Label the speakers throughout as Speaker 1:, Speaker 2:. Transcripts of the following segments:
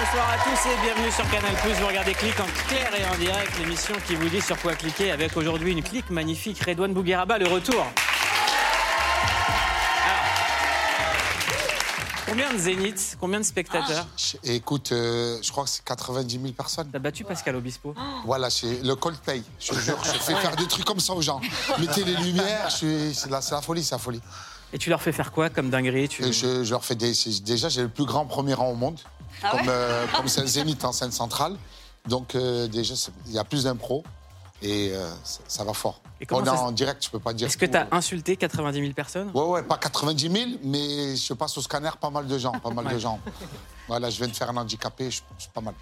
Speaker 1: Bonsoir à tous et bienvenue sur Canal Vous regardez Clic en clair et en direct, l'émission qui vous dit sur quoi cliquer avec aujourd'hui une clique magnifique. Redouane Bougueraba, le retour. Alors, combien de zéniths Combien de spectateurs
Speaker 2: Et Ah, Écoute, euh, je crois que c'est 90 000 personnes. Oh.
Speaker 1: T'as battu Pascal Obispo
Speaker 2: Voilà, c'est le Coldplay. Je te jure, je fais faire des trucs comme ça aux gens. Mettez les lumières, je suis- c'est la, c'est la folie, c'est la folie.
Speaker 1: Et tu leur fais faire quoi comme dinguerie tu...
Speaker 2: Et je, je leur fais des, c'est- déjà, j'ai le plus grand premier rang au monde, comme, euh, comme c'est un zénith en scène centrale. Donc euh, déjà, c'est- il y a plus d'impro et euh, ça, ça va fort.
Speaker 1: Et comment
Speaker 2: On est
Speaker 1: ça se-
Speaker 2: en direct, je peux pas dire.
Speaker 1: Est-ce que
Speaker 2: tout.
Speaker 1: t'as insulté 90 000 personnes
Speaker 2: Ouais, ouais, pas 90 000, mais je passe au scanner pas mal de gens, pas mal de gens. Voilà, je viens de faire un handicapé, je je suis pas mal.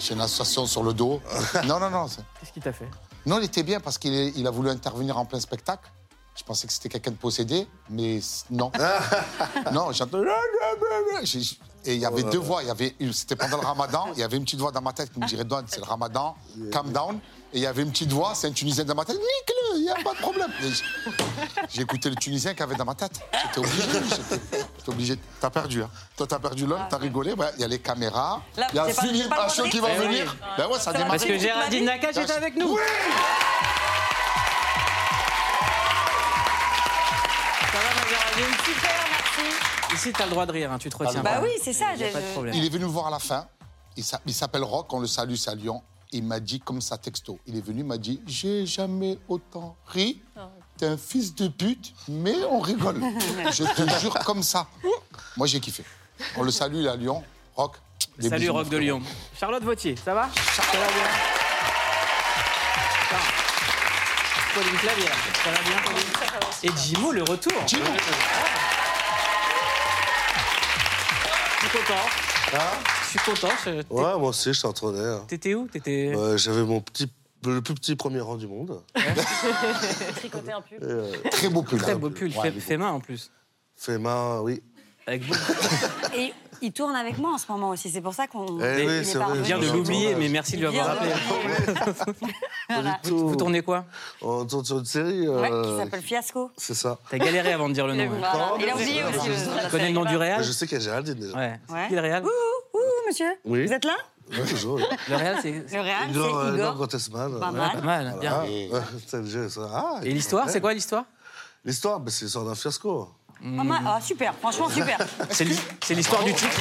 Speaker 2: J'ai une association sur le dos. Non, non, non. c'est-
Speaker 1: Qu'est-ce qu'il t'a fait
Speaker 2: Non, il était bien parce qu'il est- il a voulu intervenir en plein spectacle. Je pensais que c'était quelqu'un de possédé, mais c- non. non, j'entends. J'ai- j'ai- Et il y avait deux voix. Il y avait une- C'était pendant le ramadan. Il y avait une petite voix dans ma tête qui me dirait Don, c'est le ramadan, calm down. Et il y avait une petite voix, c'est un Tunisien dans ma tête, nique-le, il n'y a pas de problème. Et j- J'ai écouté le Tunisien qu'il y avait dans ma tête. J'étais obligé. j'étais- J'étais obligé. T'as perdu, hein. Toi, t'as perdu l'homme, t'as rigolé. Ouais, Il y a les caméras.
Speaker 3: Là,
Speaker 2: Il y a
Speaker 3: c'est pas- c'est
Speaker 2: Philippe
Speaker 3: pas le
Speaker 2: Lachaud qui va
Speaker 3: Modric.
Speaker 2: venir. Ben ouais, ça démarre.
Speaker 1: Parce que
Speaker 3: Marine,
Speaker 1: Géraldine
Speaker 3: Marine.
Speaker 1: Nakache est avec nous. Ça va, ma Géraldine
Speaker 3: Super, merci.
Speaker 1: Ici, t'as le droit de rire, hein, tu te retiens
Speaker 3: Bah
Speaker 1: pas.
Speaker 3: oui, c'est ça.
Speaker 1: Il n'y a
Speaker 3: je-
Speaker 1: pas de
Speaker 3: je-
Speaker 1: problème.
Speaker 2: Il est venu me voir à la fin. Il s'a- il s'appelle Rock, on le salue, c'est à Lyon. Il m'a dit comme ça, texto. Il est venu, il m'a dit J'ai jamais autant ri. T'es un fils de pute, mais on rigole. Je te jure comme ça. Moi, j'ai kiffé. On le salue, il est à Lyon. Rock. des
Speaker 1: Salut
Speaker 2: bisous,
Speaker 1: Rock
Speaker 2: mon
Speaker 1: de
Speaker 2: frérot.
Speaker 1: Lyon. Charlotte Vautier, ça va Ça va bien Putain. Pauline Clavier, ça va bien Pauline Et Jimo, le retour. Je
Speaker 2: Jimou.
Speaker 1: suis content. Je suis content. je-
Speaker 2: Ah.
Speaker 1: t'é-
Speaker 4: Ouais, moi aussi, je t'entendais. hein.
Speaker 1: T'étais où T'étais.
Speaker 4: Euh, J'avais mon petit, le plus petit premier rang du monde. Et, euh,
Speaker 2: Très beau pull.
Speaker 1: Très beau pull,
Speaker 2: Ouais, il
Speaker 1: fait,
Speaker 2: est beau.
Speaker 1: fait main en plus.
Speaker 4: fait main, oui.
Speaker 1: Avec beaucoup-
Speaker 3: Et il tourne avec moi en ce moment aussi. C'est pour ça qu'on.
Speaker 4: Eh
Speaker 3: il
Speaker 4: oui,
Speaker 3: est
Speaker 4: c'est
Speaker 3: pas
Speaker 4: vrai,
Speaker 3: revenu.
Speaker 1: Bien de
Speaker 4: Bien
Speaker 1: l'oublier,
Speaker 4: dommage.
Speaker 1: mais merci de lui avoir
Speaker 3: Bien
Speaker 1: rappelé.
Speaker 3: Voilà.
Speaker 4: Tout-
Speaker 1: Vous tournez quoi
Speaker 4: On tourne sur une série.
Speaker 3: Ouais,
Speaker 4: euh,
Speaker 3: qui s'appelle Fiasco.
Speaker 4: C'est ça.
Speaker 1: T'as galéré avant de dire le nom. hein.
Speaker 3: Voilà. Il a oublié aussi. euh, le-
Speaker 1: Tu connais le nom du Real
Speaker 4: Je sais qu'il y a Géraldine déjà.
Speaker 1: Ouais. C'est
Speaker 3: Ouais.
Speaker 1: qui le Real
Speaker 3: Ouh, monsieur.
Speaker 4: Oui.
Speaker 3: Vous êtes là
Speaker 4: Ouais, toujours. oui.
Speaker 1: Le Real, c'est. c'est
Speaker 3: Le Real, Hein, c'est
Speaker 4: Igor, euh, Igor
Speaker 3: Igor.
Speaker 4: Gottesman.
Speaker 3: Pas
Speaker 4: ouais.
Speaker 3: mal.
Speaker 1: Pas mal, bien.
Speaker 4: Ah, ouais, c'est déjà ça. Ah,
Speaker 1: Et l'histoire, c'est quoi l'histoire Hmm.
Speaker 4: L'histoire, bah, c'est l'histoire d'un fiasco.
Speaker 3: Pas mal. Ah, super. Franchement, super.
Speaker 1: C'est l'hi- c'est l'histoire du titre.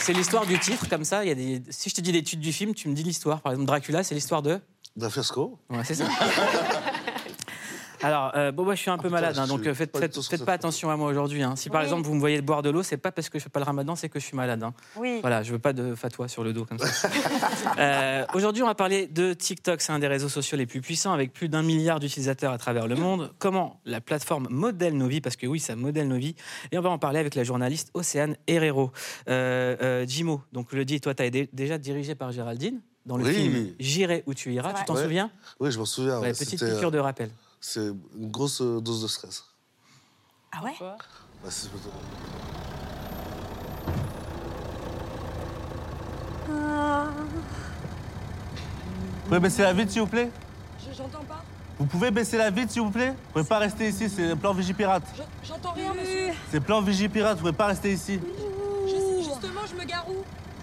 Speaker 1: C'est l'histoire du titre, comme ça. Il y a des... Si je te dis des titres du film, tu me dis l'histoire. Par exemple, Dracula, c'est l'histoire de.
Speaker 4: D'un fiasco.
Speaker 1: Ouais, c'est ça. Alors, euh, bon, moi, je suis un
Speaker 4: Ah,
Speaker 1: peu
Speaker 4: putain,
Speaker 1: malade, hein,
Speaker 4: je
Speaker 1: donc
Speaker 4: suis
Speaker 1: euh, faites,
Speaker 4: pas du
Speaker 1: faites,
Speaker 4: tout sur
Speaker 1: faites
Speaker 4: cette
Speaker 1: pas
Speaker 4: photo.
Speaker 1: attention à moi aujourd'hui. hein. Si par
Speaker 3: Oui.
Speaker 1: exemple vous me voyez boire de l'eau, c'est pas parce que je fais pas le ramadan, c'est que je suis malade. hein.
Speaker 3: Oui.
Speaker 1: Voilà, je veux pas de fatwa sur le dos comme ça. Euh, Aujourd'hui, on va parler de TikTok. C'est un des réseaux sociaux les plus puissants, avec plus d'un milliard d'utilisateurs à travers le monde. Comment la plateforme modèle nos vies Parce que oui, ça modèle nos vies. Et on va en parler avec la journaliste Océane Herrero. Euh, euh, Jimo, donc je le dis, toi, tu as été déjà dirigé par Géraldine dans le
Speaker 4: Oui.
Speaker 1: film J'irai où tu iras.
Speaker 3: C'est
Speaker 1: Ah, Tu t'en
Speaker 4: vrai.
Speaker 1: souviens
Speaker 4: Oui, je m'en souviens.
Speaker 1: Ouais,
Speaker 4: ouais,
Speaker 1: Petite
Speaker 4: c'était, euh,
Speaker 1: piqûre de rappel.
Speaker 4: C'est une grosse euh, dose de stress.
Speaker 3: Ah ouais
Speaker 4: Bah, c'est-
Speaker 5: Vous pouvez baisser la vitre, s'il vous plaît
Speaker 6: Je- J'entends pas.
Speaker 5: Vous pouvez baisser la vitre, s'il vous plaît Vous pouvez pas rester ici, c'est le plan Vigipirate.
Speaker 6: Je- J'entends rien, monsieur.
Speaker 5: C'est plan Vigipirate, vous pouvez pas rester ici.
Speaker 6: Je- justement, je me gare où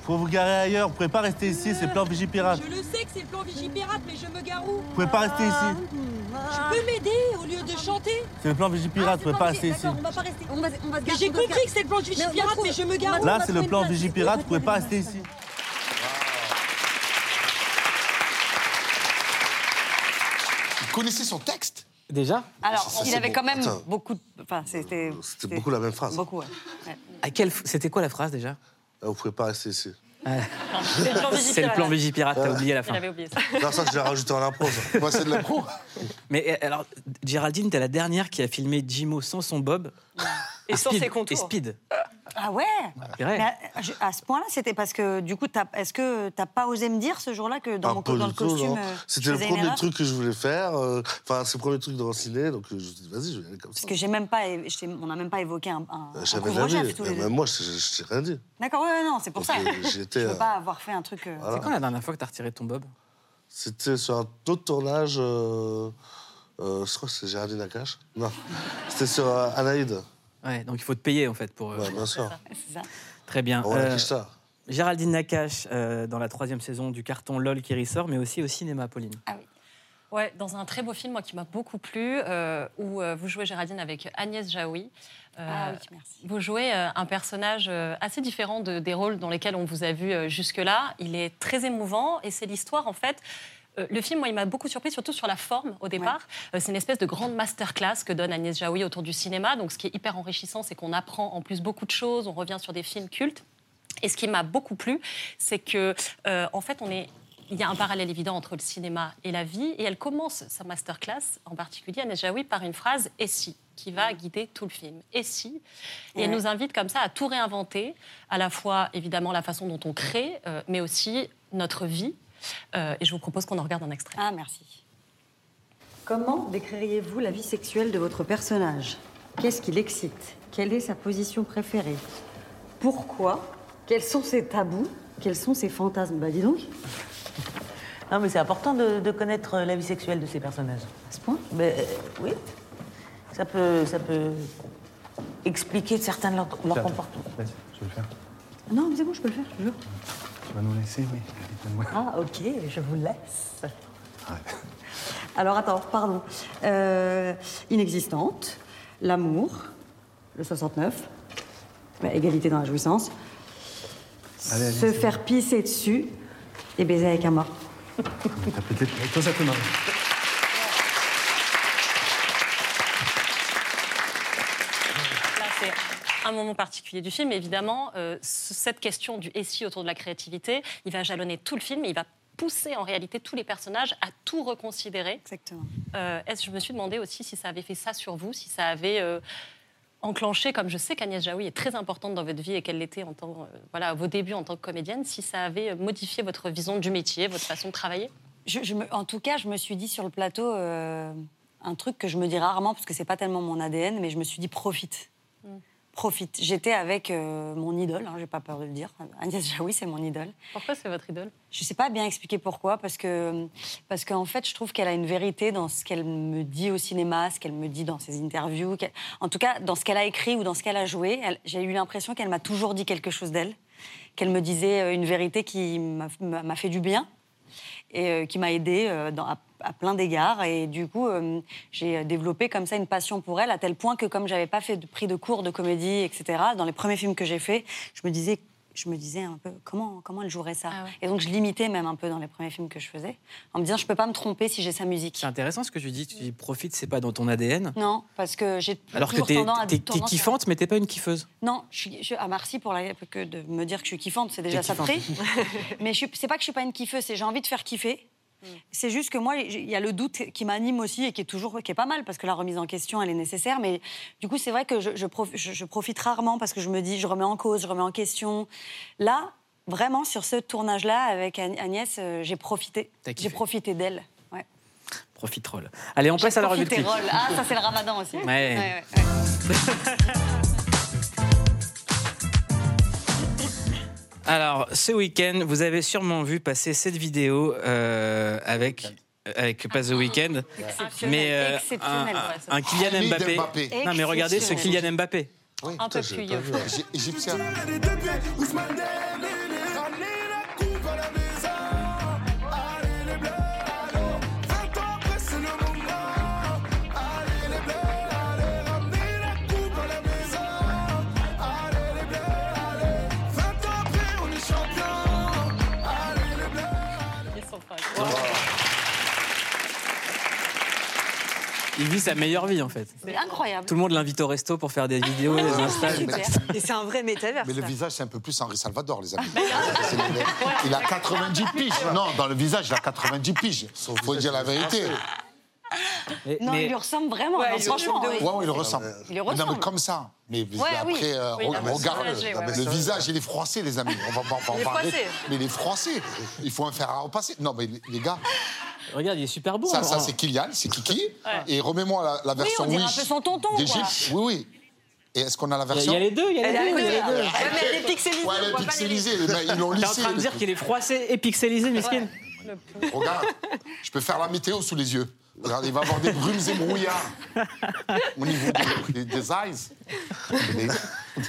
Speaker 5: Faut vous garer ailleurs, vous pouvez pas rester ici, c'est plan Vigipirate.
Speaker 6: Je le sais que c'est le plan Vigipirate, mais je me gare où
Speaker 5: Vous pouvez pas rester ici.
Speaker 6: Tu peux m'aider au lieu de chanter
Speaker 5: C'est le plan Vigipirate, vous pouvez pas rester ici.
Speaker 6: on va pas rester.
Speaker 7: On va, on va se
Speaker 6: Mais
Speaker 7: garder-
Speaker 6: J'ai
Speaker 7: on va se
Speaker 6: compris que c'est le plan Vigipirate, mais je me gare où
Speaker 5: Là,
Speaker 7: va
Speaker 5: c'est
Speaker 7: trouver
Speaker 5: le
Speaker 7: une
Speaker 5: plan
Speaker 7: place.
Speaker 5: Vigipirate, vous pouvez pas rester ici.
Speaker 2: Vous connaissez son texte
Speaker 1: Déjà
Speaker 3: Alors,
Speaker 4: Ça,
Speaker 3: il
Speaker 4: Ah, c'est
Speaker 3: avait
Speaker 4: beau.
Speaker 3: quand même
Speaker 4: Attends. Euh,
Speaker 3: beaucoup. de- Enfin, c'était.
Speaker 4: C'était beaucoup la même phrase.
Speaker 3: Beaucoup, ouais. Ouais.
Speaker 1: à quelle... f- C'était quoi la phrase déjà
Speaker 4: Ah, Vous pouvez pas rester ici.
Speaker 1: C'est le plan Vigipirate, t'as oublié la fin.
Speaker 4: Non, ça, je l'ai rajouté en impro. ça.
Speaker 2: Moi, c'est de l'impro.
Speaker 1: Mais euh, alors, Géraldine, t'es la dernière qui a filmé Jimo sans son bob. Et,
Speaker 8: sans
Speaker 1: speed,
Speaker 8: ses
Speaker 1: Et
Speaker 8: contours.
Speaker 1: speed.
Speaker 3: Ah ouais
Speaker 1: C'est vrai.
Speaker 3: Mais à, je- à ce point-là, c'était parce que du coup, t'as- est-ce que t'as pas osé me dire ce jour-là que dans,
Speaker 4: Ah, Pas
Speaker 3: mon,
Speaker 4: du
Speaker 3: dans le
Speaker 4: tout,
Speaker 3: costume,
Speaker 4: non.
Speaker 3: euh, je
Speaker 4: C'était le
Speaker 3: faisais une
Speaker 4: premier
Speaker 3: erreur
Speaker 4: truc que je voulais faire. euh, Enfin, c'est le premier truc dans le ciné, donc euh, je me suis dit, vas-y, je vais y aller comme ça.
Speaker 3: Parce que j'ai même pas, je t'ai- on n'a même pas évoqué un, un,
Speaker 4: Euh,
Speaker 3: un
Speaker 4: J'avais
Speaker 3: couvre-chef
Speaker 4: jamais.
Speaker 3: tous les deux.
Speaker 4: Même moi, je- je je t'ai rien dit.
Speaker 3: D'accord, ouais, ouais, non, c'est pour
Speaker 4: Donc,
Speaker 3: ça.
Speaker 4: euh, j'étais,
Speaker 3: Je peux
Speaker 4: euh,
Speaker 3: pas avoir fait un truc. euh,
Speaker 4: voilà.
Speaker 1: C'est quand la dernière fois que t'as retiré ton bob
Speaker 4: C'était sur un autre tournage. euh, euh, je crois que c'est Géraldine Nakache. Non, c'était sur euh, Anaïde.
Speaker 1: Ouais, donc il faut te payer en fait pour. euh,
Speaker 4: Ouais, bien sûr.
Speaker 3: C'est ça.
Speaker 1: Très bien.
Speaker 4: Roland
Speaker 1: Euh,
Speaker 4: Kishta.
Speaker 1: Géraldine Nakache euh, dans la troisième saison du carton LOL qui ressort, mais aussi au cinéma, Pauline.
Speaker 3: Ah
Speaker 7: Ouais, dans un très beau film moi, qui m'a beaucoup plu, euh, où euh, vous jouez Géraldine avec Agnès Jaoui. Euh,
Speaker 3: Ah oui, merci.
Speaker 7: Vous jouez euh, un personnage euh, assez différent de- des rôles dans lesquels on vous a vu euh, jusque-là. Il est très émouvant et c'est l'histoire, en fait. euh, Le film, moi, il m'a beaucoup surpris, surtout sur la forme au départ. Euh, C'est une espèce de grande masterclass que donne Agnès Jaoui autour du cinéma. Donc, ce qui est hyper enrichissant, c'est qu'on apprend en plus beaucoup de choses. On revient sur des films cultes. Et ce qui m'a beaucoup plu, c'est que, euh, en fait, on est. Il y a un parallèle évident entre le cinéma et la vie, et elle commence sa masterclass, en particulier Agnès Jaoui, par une phrase « et si ?» qui va guider tout le film. « Et si ?» Et elle
Speaker 3: Ouais.
Speaker 7: nous invite comme ça à tout réinventer, à la fois, évidemment, la façon dont on crée, euh, mais aussi notre vie. Euh, et je vous propose qu'on en regarde un extrait.
Speaker 3: Ah, merci.
Speaker 8: Comment décririez-vous la vie sexuelle de votre personnage Qu'est-ce qui l'excite Quelle est sa position préférée Pourquoi Quels sont ses tabous Quels sont ses fantasmes Bah dis donc,
Speaker 9: Non, mais c'est important de, de connaître euh, la vie sexuelle de ces personnages.
Speaker 8: à ce point.
Speaker 9: Ben, euh, oui, ça peut, ça peut expliquer certains de leurs leurs comportements.
Speaker 10: Vas-y, je vais le faire.
Speaker 8: Non, mais c'est bon, je peux le faire, je jure.
Speaker 10: Tu vas nous laisser, oui. Donne-moi.
Speaker 8: Ah ok, je vous laisse. Alors attends, pardon. Euh, inexistante, l'amour, le 69, bah, égalité dans la jouissance,
Speaker 10: Allez, allez,
Speaker 8: se
Speaker 10: c'est
Speaker 8: faire pisser dessus et baiser avec un mort.
Speaker 10: T'as peut-être. Toi, ça te marche.
Speaker 7: Là, c'est un moment particulier du film. Évidemment, euh, ce- cette question du « et si ?» autour de la créativité, il va jalonner tout le film et il va pousser en réalité tous les personnages à tout reconsidérer.
Speaker 3: Exactement.
Speaker 7: Euh, est-ce- je me suis demandé aussi si ça avait fait ça sur vous, si ça avait euh, enclenché, comme je sais qu'Agnès Jaoui est très importante dans votre vie et qu'elle l'était en tant, euh, voilà, à vos débuts en tant que comédienne, si ça avait euh, modifié votre vision du métier, votre façon de travailler.
Speaker 3: Je- je me- en tout cas, je me suis dit sur le plateau euh, un truc que je me dis rarement parce que c'est pas tellement mon ADN, mais je me suis dit profite.
Speaker 7: Hmm.
Speaker 3: Profite. J'étais avec euh, mon idole, hein, j'ai pas peur de le dire. Agnès Jaoui, c'est mon idole.
Speaker 7: Pourquoi c'est votre idole
Speaker 3: Je sais pas bien expliquer pourquoi, parce que parce qu'en fait, je trouve qu'elle a une vérité dans ce qu'elle me dit au cinéma, ce qu'elle me dit dans ses interviews, qu'elle- en tout cas dans ce qu'elle a écrit ou dans ce qu'elle a joué. elle- J'ai eu l'impression qu'elle m'a toujours dit quelque chose d'elle, qu'elle me disait euh, une vérité qui m'a- m'a m'a fait du bien et euh, qui m'a aidée euh, dans- à, à plein d'égards. Et du coup, euh, j'ai développé comme ça une passion pour elle, à tel point que comme j'avais pas fait de, pris de cours de comédie, etc., dans les premiers films que j'ai faits, je me disais, je me disais un peu comment, comment elle jouerait ça.
Speaker 7: Ah ouais.
Speaker 3: Et donc je l'imitais même un peu dans les premiers films que je faisais, en me disant je peux pas me tromper si j'ai sa musique.
Speaker 1: C'est intéressant ce que tu dis. Tu dis profite, c'est pas dans ton ADN.
Speaker 3: Non, parce que j'ai
Speaker 1: Alors que
Speaker 3: toujours
Speaker 1: t'es
Speaker 3: tendance à-
Speaker 1: t'es- t'es
Speaker 3: tendance à-
Speaker 1: kiffante, mais t'es pas une kiffeuse.
Speaker 3: Non, je suis, je- ah, merci pour la, que de me dire que je suis kiffante, c'est déjà
Speaker 1: T'es
Speaker 3: ça de pris. Mais je suis- c'est pas que je suis pas une kiffeuse, c'est j'ai envie de faire kiffer.
Speaker 8: Mm.
Speaker 3: C'est juste que moi, j'ai- il y a le doute qui m'anime aussi et qui est toujours, qui est pas mal parce que la remise en question, elle est nécessaire. Mais du coup, c'est vrai que je, je prof- je- je profite rarement parce que je me dis, je remets en cause, je remets en question. Là, vraiment sur ce tournage-là avec Ag- Agnès, euh, j'ai profité,
Speaker 1: T'as kiffé.
Speaker 3: j'ai profité d'elle. Ouais.
Speaker 1: Profiterole. Allez, on passe à la revue de
Speaker 3: Profité
Speaker 1: clip.
Speaker 3: rôle. Ah, ça c'est le Ramadan aussi.
Speaker 1: Ouais.
Speaker 3: ouais. Ah.
Speaker 1: Alors, ce week-end, vous avez sûrement vu passer cette vidéo euh, avec, avec pas The Weekend, mais euh,
Speaker 3: Exceptionnel,
Speaker 1: un- un-
Speaker 3: ouais,
Speaker 7: ça.
Speaker 1: un Kylian
Speaker 2: Hamid
Speaker 1: Mbappé.
Speaker 2: Mbappé.
Speaker 1: Non, mais regardez ce
Speaker 3: Exceptionnel.
Speaker 1: Kylian Mbappé.
Speaker 7: Un peu
Speaker 4: j'ai
Speaker 7: plus
Speaker 4: pas
Speaker 7: vieux.
Speaker 4: vu.
Speaker 2: hein. J'ai- Égyptien.
Speaker 7: Ils sont pas-
Speaker 1: Il vit sa meilleure vie, en fait.
Speaker 3: C'est incroyable.
Speaker 1: Tout le monde l'invite au resto pour faire des vidéos, des
Speaker 2: Ah,
Speaker 1: instas.
Speaker 3: Super.
Speaker 8: Et c'est un vrai métavers.
Speaker 2: Mais le visage, c'est un peu plus Henri Salvador, les amis. C'est le- il a 90 piges. Non, dans le visage, il a 90 piges. Faut dire la vérité.
Speaker 1: Mais-
Speaker 3: Non,
Speaker 1: mais-
Speaker 3: il lui ressemble vraiment.
Speaker 8: Ouais,
Speaker 3: Ah non,
Speaker 8: il lui
Speaker 3: franchement,
Speaker 8: ressemble de
Speaker 3: oui.
Speaker 2: Ouais, ouais, il ressemble.
Speaker 3: Il lui
Speaker 2: Non,
Speaker 3: ressemble.
Speaker 2: mais comme ça. Mais après,
Speaker 3: oui.
Speaker 2: euh,
Speaker 7: Oui,
Speaker 2: re-
Speaker 7: la baisse
Speaker 2: regarde,
Speaker 7: enragée, ouais,
Speaker 2: le
Speaker 4: ouais.
Speaker 2: visage, il est froissé, les amis. On va, pas- on va-
Speaker 8: Il est
Speaker 2: on va arrêter.
Speaker 8: froissé.
Speaker 2: Mais il est froissé. Il faut un fer à repasser. Non, mais les gars,
Speaker 1: Regarde, il est super beau.
Speaker 2: ça, ça
Speaker 1: hein.
Speaker 2: c'est Kylian, c'est Kiki. Et remets-moi la, la version
Speaker 3: on dirait un
Speaker 2: Wish
Speaker 3: peu son tonton, quoi.
Speaker 2: d'Égypte. Oui, oui. Et est-ce qu'on a la
Speaker 1: Il y a-
Speaker 2: version
Speaker 1: il y a les deux, il y a les
Speaker 8: Elle est à
Speaker 1: deux. il y a les
Speaker 8: côté.
Speaker 1: deux.
Speaker 8: Ouais, mais elle est pixelisée.
Speaker 2: Ouais,
Speaker 8: on
Speaker 2: elle est
Speaker 8: voit pas les-
Speaker 2: pixelisée. les mecs, ils l'ont
Speaker 1: T'es
Speaker 2: lissé.
Speaker 1: en train de dire qu'il est froissé et pixelisé, mesquine.
Speaker 2: Regarde, je peux faire la météo sous les yeux. Regarde, il va avoir des brumes et brouillards au niveau des, des- des eyes. Mais,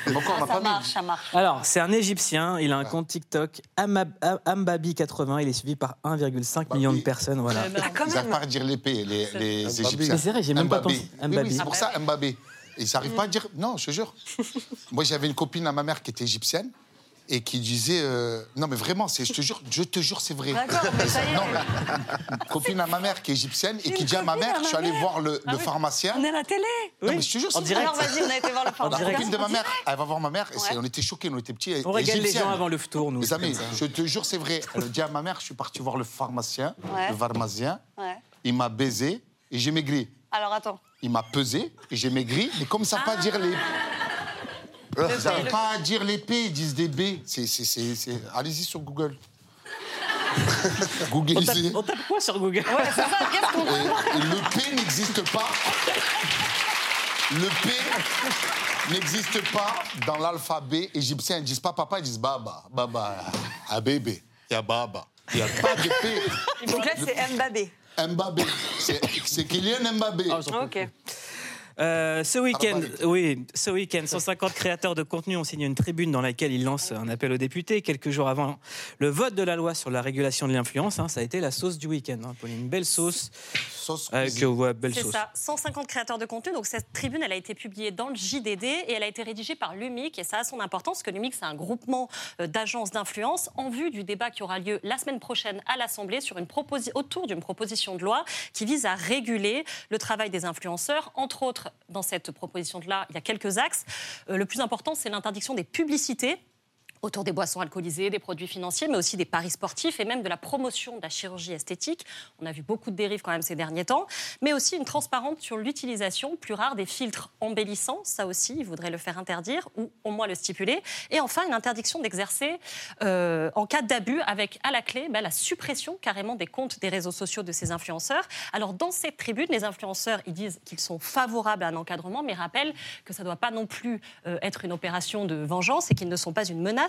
Speaker 2: mais encore, on n'a
Speaker 3: Ça
Speaker 2: pas
Speaker 3: marche, ça marche.
Speaker 1: Alors, c'est un Égyptien, il a un
Speaker 2: Ah.
Speaker 1: compte TikTok, Amab- Am- Ambabi80, il est suivi par 1,5 million de personnes. Voilà.
Speaker 2: vu. Ils savent pas dire l'épée, les, les
Speaker 1: Mbappé.
Speaker 2: Égyptiens.
Speaker 1: Mais c'est vrai, j'ai même pas
Speaker 2: Mbappé.
Speaker 1: pensé.
Speaker 2: Oui,
Speaker 1: Mbappé.
Speaker 2: oui, c'est pour ça, Mbappé. Ils n'arrivent pas à dire. Non, je te jure. Moi, j'avais une copine à ma mère qui était égyptienne et qui disait. euh, Non, mais vraiment, c'est- je te jure, je te jure, c'est vrai.
Speaker 3: Ah, D'accord, mais ça y est.
Speaker 2: Non, une copine à ma mère qui est égyptienne et qui
Speaker 3: Une
Speaker 2: dit à ma
Speaker 3: copine à
Speaker 2: mère,
Speaker 3: ma
Speaker 2: je suis allé
Speaker 3: mère.
Speaker 2: voir le,
Speaker 3: Ah
Speaker 2: le
Speaker 3: oui.
Speaker 2: pharmacien.
Speaker 3: On est à la télé
Speaker 2: Non, mais je te jure, c'est
Speaker 1: en direct.
Speaker 3: Alors vas-y, on a été voir le
Speaker 2: La
Speaker 3: pharmacien.
Speaker 2: copine de ma mère, elle va voir ma mère, et c'est-
Speaker 3: Ouais.
Speaker 2: on était choqués, on était petits. et-
Speaker 1: On régale les
Speaker 2: égyptienne.
Speaker 1: gens avant le tour, nous.
Speaker 2: Mes
Speaker 1: c'est
Speaker 2: amis,
Speaker 1: comme ça.
Speaker 2: je te jure, c'est vrai. Elle dit à ma mère, je suis parti voir le pharmacien,
Speaker 3: Ouais.
Speaker 2: le pharmacien,
Speaker 3: Ouais.
Speaker 2: il m'a baisé et j'ai maigri.
Speaker 3: Alors attends.
Speaker 2: Il m'a pesé et j'ai maigri, mais comme ça, pas à dire les...
Speaker 3: Ah.
Speaker 2: Ils savent pas à dire les P, ils disent des B. C'est- c'est- c'est- c'est- Allez-y sur Google.
Speaker 1: On tape,
Speaker 2: Googleisez.
Speaker 1: on tape quoi sur Google
Speaker 2: Et Euh, le P n'existe pas. Le P n'existe pas dans l'alphabet égyptien. Ils disent pas papa, ils disent baba, baba, a bébé, y a baba. Il n'y a pas de P.
Speaker 11: Donc là, c'est Mbappé.
Speaker 2: Mbappé. C'est c'est Kylian Mbappé.
Speaker 1: Ah,
Speaker 2: Ah, bah,
Speaker 11: Ok.
Speaker 1: Euh, ce week-end,
Speaker 2: Arbalète.
Speaker 1: oui, ce week-end, 150 créateurs de contenu ont signé une tribune dans laquelle ils lancent un appel aux députés quelques jours avant le vote de la loi sur la régulation de l'influence. hein, ça a été la sauce du week-end, hein, Pauline. Une belle sauce.
Speaker 2: Sauce
Speaker 1: euh, que,
Speaker 2: cuisine.
Speaker 1: ouais, belle
Speaker 7: C'est
Speaker 1: sauce.
Speaker 7: ça, 150 créateurs de contenu. Donc cette tribune, elle a été publiée dans le JDD et elle a été rédigée par l'UMIC. Et ça a son importance, parce que l'UMIC, c'est un groupement euh, d'agences d'influence en vue du débat qui aura lieu la semaine prochaine à l'Assemblée sur une proposi- autour d'une proposition de loi qui vise à réguler le travail des influenceurs. Entre autres, dans cette proposition de loi, il y a quelques axes. Euh, le plus important, c'est l'interdiction des publicités autour des boissons alcoolisées, des produits financiers, mais aussi des paris sportifs et même de la promotion de la chirurgie esthétique. On a vu beaucoup de dérives quand même ces derniers temps, mais aussi une transparente sur l'utilisation plus rare des filtres embellissants, ça aussi, ils voudraient le faire interdire ou au moins le stipuler. Et enfin, une interdiction d'exercer euh, en cas d'abus avec à la clé bah, la suppression carrément des comptes des réseaux sociaux de ces influenceurs. Alors dans cette tribune, les influenceurs, ils disent qu'ils sont favorables à un encadrement, mais rappellent que ça ne doit pas non plus euh, être une opération de vengeance et qu'ils ne sont pas une menace.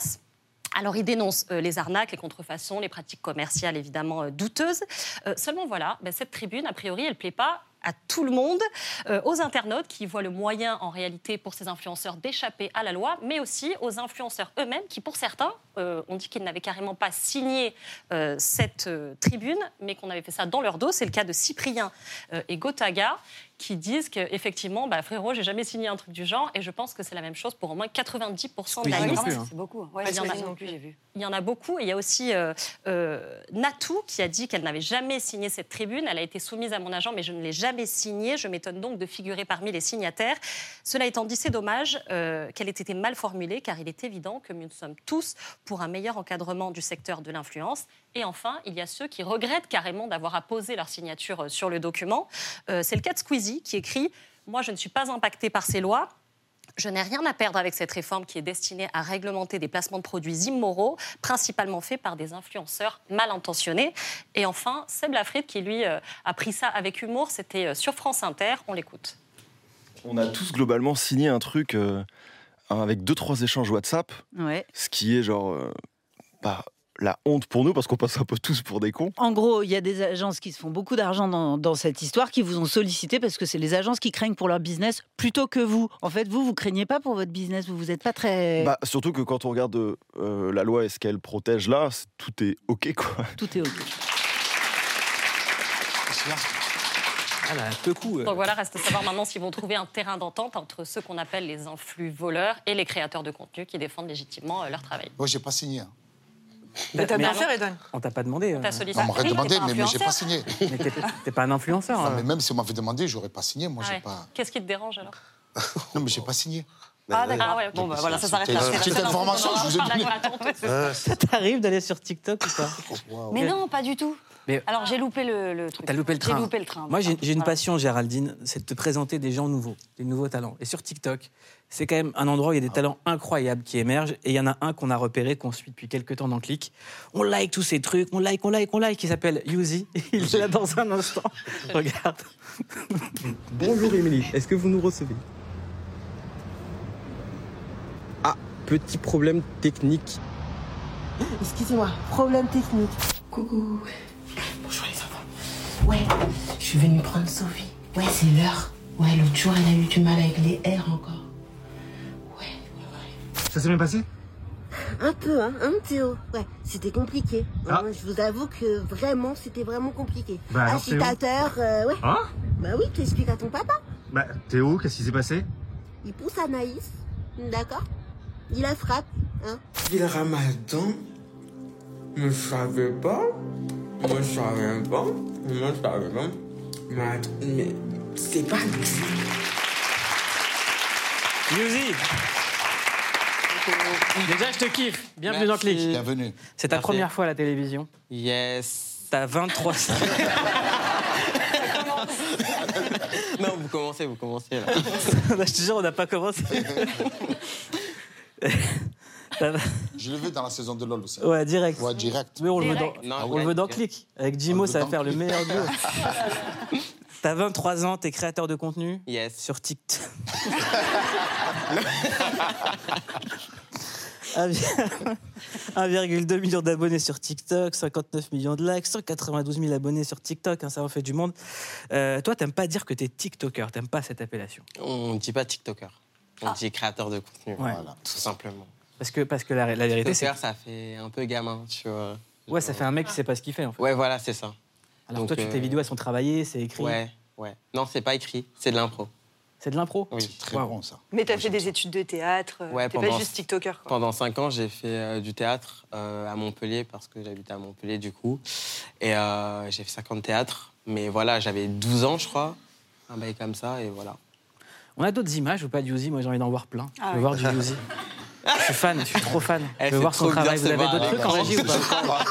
Speaker 7: Alors, ils dénoncent euh, les arnaques, les contrefaçons, les pratiques commerciales évidemment euh, douteuses. Euh, seulement, voilà, ben, cette tribune, a priori, elle ne plaît pas à tout le monde, euh, aux internautes qui voient le moyen en réalité pour ces influenceurs d'échapper à la loi, mais aussi aux influenceurs eux-mêmes qui, pour certains, euh, ont dit qu'ils n'avaient carrément pas signé euh, cette euh, tribune, mais qu'on avait fait ça dans leur dos. C'est le cas de Cyprien euh, et Gotaga qui disent qu'effectivement, bah, frérot, j'ai jamais signé un truc du genre, et je pense que c'est la même chose pour au moins 90% de
Speaker 1: Oui,
Speaker 7: la
Speaker 1: non
Speaker 7: liste.
Speaker 1: plus, hein.
Speaker 3: Ah, C'est beaucoup. Ouais,
Speaker 7: Vas-y,
Speaker 3: j'ai
Speaker 7: on
Speaker 3: pas
Speaker 7: a-
Speaker 3: vu non plus, j'ai vu.
Speaker 7: Il y en a beaucoup. Et il y a aussi euh, euh, Natou qui a dit qu'elle n'avait jamais signé cette tribune. Elle a été soumise à mon agent, mais je ne l'ai jamais signée. Je m'étonne donc de figurer parmi les signataires. Cela étant dit, c'est dommage euh, qu'elle ait été mal formulée, car il est évident que nous sommes tous pour un meilleur encadrement du secteur de l'influence. Et enfin, il y a ceux qui regrettent carrément d'avoir à poser leur signature euh, sur le document. Euh, c'est le cas de Squeezie qui écrit Moi, je ne suis pas impacté par ces lois. Je n'ai rien à perdre avec cette réforme qui est destinée à réglementer des placements de produits immoraux, principalement faits par des influenceurs mal intentionnés. Et enfin, Seb Lafrite qui, lui, euh, a pris ça avec humour, c'était euh, sur France Inter, on l'écoute.
Speaker 12: On a tous globalement signé un truc euh, avec deux trois échanges WhatsApp,
Speaker 11: Ouais.
Speaker 12: ce qui est genre euh, bah, la honte pour nous parce qu'on passe un peu tous pour des cons.
Speaker 11: En gros, il y a des agences qui se font beaucoup d'argent dans, dans cette histoire, qui vous ont sollicité parce que c'est les agences qui craignent pour leur business plutôt que vous. En fait, vous, vous craignez pas pour votre business, vous vous êtes pas très.
Speaker 12: Bah, surtout que quand on regarde euh, la loi et ce qu'elle protège là, c'est- tout est ok quoi.
Speaker 11: Tout est ok.
Speaker 1: Ah là, peu coup. euh.
Speaker 7: Donc voilà, reste à savoir maintenant s'ils vont trouver un terrain d'entente entre ceux qu'on appelle les influx voleurs et les créateurs de contenu qui défendent légitimement euh, leur travail.
Speaker 2: Moi, j'ai pas signé. hein.
Speaker 11: Mais t'as
Speaker 1: Mais
Speaker 11: bien
Speaker 1: alors,
Speaker 11: fait, Redon.
Speaker 1: On t'a pas demandé. euh.
Speaker 7: T'as sollicité.
Speaker 2: On m'aurait
Speaker 7: Mais il
Speaker 2: demandé,
Speaker 7: était pas
Speaker 2: mais, mais j'ai pas
Speaker 7: influenceur.
Speaker 2: signé.
Speaker 1: Mais t'es t'es pas un influenceur.
Speaker 2: Non,
Speaker 1: euh.
Speaker 2: mais même si on m'avait demandé, j'aurais pas signé. Moi,
Speaker 7: Ah
Speaker 2: j'ai
Speaker 7: ouais.
Speaker 2: pas.
Speaker 7: Qu'est-ce qui te dérange alors
Speaker 2: Non, mais j'ai pas signé.
Speaker 3: Ah d'accord.
Speaker 7: Ah ouais, ok.
Speaker 3: Bon bah voilà, ça s'arrête
Speaker 2: C'était
Speaker 3: là.
Speaker 2: une
Speaker 3: C'est
Speaker 2: petite
Speaker 3: la seule
Speaker 2: information,
Speaker 3: info
Speaker 2: je
Speaker 3: qu'on
Speaker 2: vous ai
Speaker 3: aura.
Speaker 2: donné.
Speaker 1: T'arrives d'aller sur TikTok ou pas
Speaker 3: Mais non, pas du tout.
Speaker 1: Mais-
Speaker 3: Alors j'ai loupé le, le
Speaker 1: Ah,
Speaker 3: truc.
Speaker 1: T'as loupé le train.
Speaker 3: J'ai loupé le train.
Speaker 1: Moi, j'ai j'ai une
Speaker 3: Voilà.
Speaker 1: passion, Géraldine, c'est de te présenter des gens nouveaux, des nouveaux talents. Et sur TikTok, c'est quand même un endroit où il y a des talents incroyables qui émergent. Et il y en a un qu'on a repéré, qu'on suit depuis quelques temps dans Click. On like tous ces trucs, on like, on like, on like. Il s'appelle Yuzi. Il est là dans un instant. Regarde.
Speaker 13: Bonjour Émilie, est-ce que vous nous recevez Ah, petit problème technique.
Speaker 9: Excusez-moi, problème technique.
Speaker 14: Coucou. Bonjour les enfants. Ouais, je suis venue prendre Sophie. Ouais, c'est l'heure. Ouais, l'autre jour, elle a eu du mal avec les R encore.
Speaker 10: Ça s'est bien passé
Speaker 15: Un peu, hein, hein Théo Ouais, c'était compliqué. Hein, je vous avoue que vraiment, c'était vraiment compliqué.
Speaker 10: Ah. Bah alors, Théo
Speaker 15: Agitateur, euh, ouais.
Speaker 10: Hein
Speaker 15: bah oui, tu expliques à ton papa.
Speaker 10: Bah, Théo, qu'est-ce qui s'est passé
Speaker 15: Il pousse Anaïs, d'accord Il la frappe, hein
Speaker 16: Il ramadan, ne savait pas, ne savait pas, ne savait pas. Mais, mais c'est pas
Speaker 1: Yuzi Déjà, je te kiffe. Bienvenue dans Click.
Speaker 2: Bienvenue.
Speaker 1: C'est ta première fois à la télévision.
Speaker 16: Yes.
Speaker 1: T'as 23
Speaker 16: Non, vous commencez, vous commencez là.
Speaker 1: je te jure, on n'a pas commencé. T'as-
Speaker 2: Je l'ai vu dans la saison de LOL aussi.
Speaker 1: ouais, direct.
Speaker 2: Ouais, direct.
Speaker 1: Mais on le veut dans,
Speaker 2: Direct. Non,
Speaker 1: on le veut dans
Speaker 2: direct.
Speaker 1: Click. Avec Jimo,
Speaker 2: On le
Speaker 1: ça va
Speaker 2: veut
Speaker 1: faire
Speaker 2: dans
Speaker 1: le
Speaker 2: Click.
Speaker 1: meilleur duo. T'as 23 ans, t'es créateur de contenu
Speaker 16: Yes.
Speaker 1: Sur TikTok. Ah bien. 1,2 million d'abonnés sur TikTok, 59 millions de likes, 192 000 abonnés sur TikTok, hein, ça en fait du monde. Euh, toi, t'aimes pas dire que t'es TikToker, t'aimes pas cette appellation
Speaker 16: On ne dit pas TikToker. On dit créateur de contenu.
Speaker 1: Ah. Ouais.
Speaker 16: Voilà, tout simplement.
Speaker 1: Parce que, parce que la, la vérité, c'est.
Speaker 16: TikToker, ça fait un peu gamin, tu vois.
Speaker 1: Ouais, ça fait un mec qui sait pas ce qu'il fait en fait.
Speaker 16: Ouais, voilà, c'est ça.
Speaker 1: Alors
Speaker 16: Donc,
Speaker 1: toi, tu,
Speaker 16: euh,
Speaker 1: tes vidéos, elles sont travaillées, c'est écrit.
Speaker 16: Ouais, ouais. Non, c'est pas écrit, c'est de l'impro.
Speaker 1: C'est de l'impro
Speaker 16: Oui. Très
Speaker 1: bon,
Speaker 2: ça.
Speaker 17: Mais t'as fait des études de théâtre, euh,
Speaker 16: Ouais,
Speaker 17: t'es pas
Speaker 16: pendant-
Speaker 17: juste TikToker. Quoi.
Speaker 16: Pendant cinq ans, j'ai fait euh, du théâtre euh, à Montpellier parce que j'habitais à Montpellier du coup. Et euh, j'ai fait 50 théâtres. Mais voilà, j'avais 12 ans, je crois. Un bail comme ça, et voilà.
Speaker 1: On a d'autres images ou pas de Yuzi Moi, j'ai envie d'en voir plein.
Speaker 16: Ah
Speaker 1: je veux
Speaker 16: ouais.
Speaker 1: voir du Yuzi. je suis fan, je suis trop fan.
Speaker 16: Eh,
Speaker 1: je
Speaker 16: c'est
Speaker 1: veux voir son
Speaker 16: trop bien,
Speaker 1: travail. Vous
Speaker 16: c'est
Speaker 1: avez
Speaker 16: marrant.
Speaker 1: d'autres trucs en régie ou pas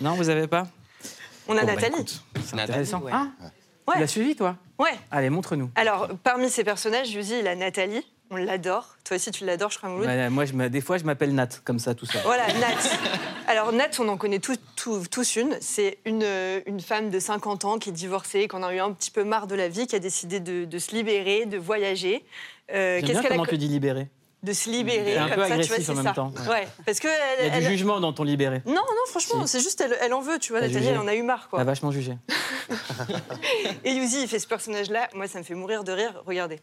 Speaker 1: Non, vous avez pas
Speaker 17: On a
Speaker 1: Bon, bah,
Speaker 17: Nathalie.
Speaker 1: écoute, C'est intéressant. Ah,
Speaker 17: Ouais.
Speaker 1: Tu l'as suivi, toi
Speaker 17: Ouais.
Speaker 1: Allez, montre-nous.
Speaker 17: Alors, parmi ces personnages, Yuzi, il a Nathalie, on l'adore. Toi aussi, tu l'adores, je crois, Mouloud.
Speaker 1: Bah, moi, je m'a- des fois, je m'appelle Nat, comme ça, tout ça.
Speaker 17: Voilà, Nat. Alors, Nat, on en connaît tous- tous- tous une. C'est une, euh, une femme de 50 ans qui est divorcée, qui en a eu un petit peu marre de la vie, qui a décidé de, de se libérer, de voyager. Euh,
Speaker 1: J'aime bien
Speaker 17: qu'elle a
Speaker 1: comment
Speaker 17: co-
Speaker 1: tu dis libéré.
Speaker 17: De se libérer.
Speaker 1: C'est un
Speaker 17: comme ça,
Speaker 1: peu
Speaker 17: tu vois,
Speaker 1: agressif
Speaker 17: c'est
Speaker 1: en même
Speaker 17: ça.
Speaker 1: temps.
Speaker 17: Ouais. parce que.
Speaker 1: Il y
Speaker 17: Elle,
Speaker 1: a du
Speaker 17: elle-
Speaker 1: jugement dans ton libéré.
Speaker 17: Non, non, franchement, c'est juste, elle, elle en veut, tu vois,
Speaker 1: T'as
Speaker 17: Nathalie,
Speaker 1: jugé. Ah
Speaker 17: elle en a eu marre, quoi.
Speaker 1: T'as vachement jugé.
Speaker 17: Et Yuzi, il fait ce personnage-là, moi, ça me fait mourir de rire, regardez.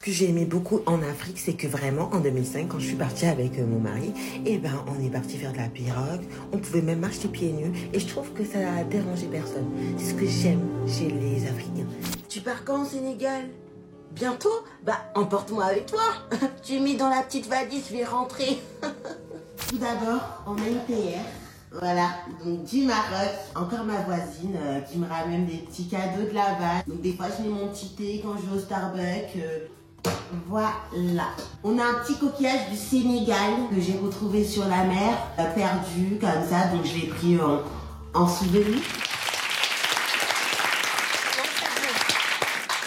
Speaker 14: Ce que j'ai aimé beaucoup en Afrique, c'est que vraiment, en 2005, quand je suis partie avec euh, mon mari, eh ben, on est parti faire de la pirogue, on pouvait même marcher pieds nus, et je trouve que ça a dérangé personne. C'est ce que j'aime chez les Africains.
Speaker 15: Tu pars quand au Sénégal Bientôt Bah, emporte-moi avec toi. tu mets dans la petite valise, je vais rentrer. Tout d'abord, on a une théière. Voilà, donc du Maroc. Encore ma voisine euh, qui me ramène des petits cadeaux de là-bas. Donc des fois, je mets mon petit thé quand je vais au Starbucks. euh, voilà. On a un petit coquillage du Sénégal que j'ai retrouvé sur la mer, euh, perdu comme ça, donc je l'ai pris en, en souvenir.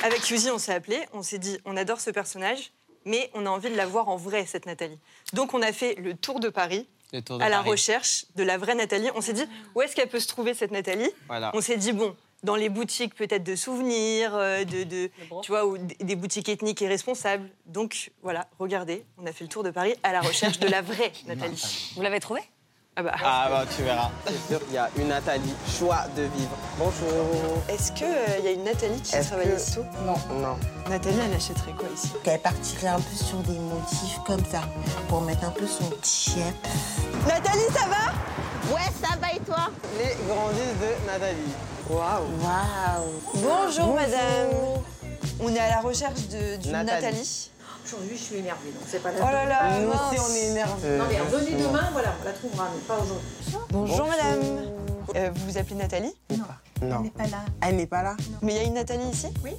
Speaker 17: Avec Yuzi, on s'est appelé, on s'est dit, on adore ce personnage, mais on a envie de la voir en vrai, cette Nathalie. Donc, on a fait le tour de Paris.
Speaker 16: Le tour de
Speaker 17: à la
Speaker 16: Paris.
Speaker 17: recherche de la vraie Nathalie. On s'est dit, où est-ce qu'elle peut se trouver, cette Nathalie
Speaker 16: Voilà.
Speaker 17: On s'est dit, bon, dans les boutiques peut-être de souvenirs, euh, de, de- tu vois, ou d- des boutiques ethniques et responsables. Donc, voilà, regardez, on a fait le tour de Paris à la recherche de la vraie Nathalie. Vous l'avez trouvée Ah bah...
Speaker 16: Ah bah tu verras. C'est sûr, Il y a une Nathalie. Choix de vivre. Bonjour.
Speaker 17: Est-ce qu'il y a une Nathalie qui travaille sous Non.
Speaker 16: Non.
Speaker 17: Nathalie, elle achèterait quoi ici
Speaker 15: Elle partirait un peu sur des motifs comme ça, pour mettre un peu son petit chien.
Speaker 17: Nathalie, ça va
Speaker 15: Ouais, ça va et toi
Speaker 16: Les grandisses de Nathalie.
Speaker 17: Ah,
Speaker 16: Waouh.
Speaker 17: Bonjour, madame. On est à la recherche de- d'une Nathalie.
Speaker 16: Nathalie.
Speaker 9: Aujourd'hui, je suis énervée, donc c'est pas la
Speaker 17: Oh là là,
Speaker 9: Nous
Speaker 17: mince.
Speaker 9: aussi, on est énervés.
Speaker 17: Non, mais
Speaker 9: donnez
Speaker 17: Absolument.
Speaker 9: demain, Ah, voilà, on la trouvera, mais pas aujourd'hui.
Speaker 17: Bonjour, madame. Euh, vous vous appelez Nathalie
Speaker 16: Non.
Speaker 9: Pas là.
Speaker 16: Elle n'est pas là.
Speaker 17: Mais il y a une Nathalie ici Oui.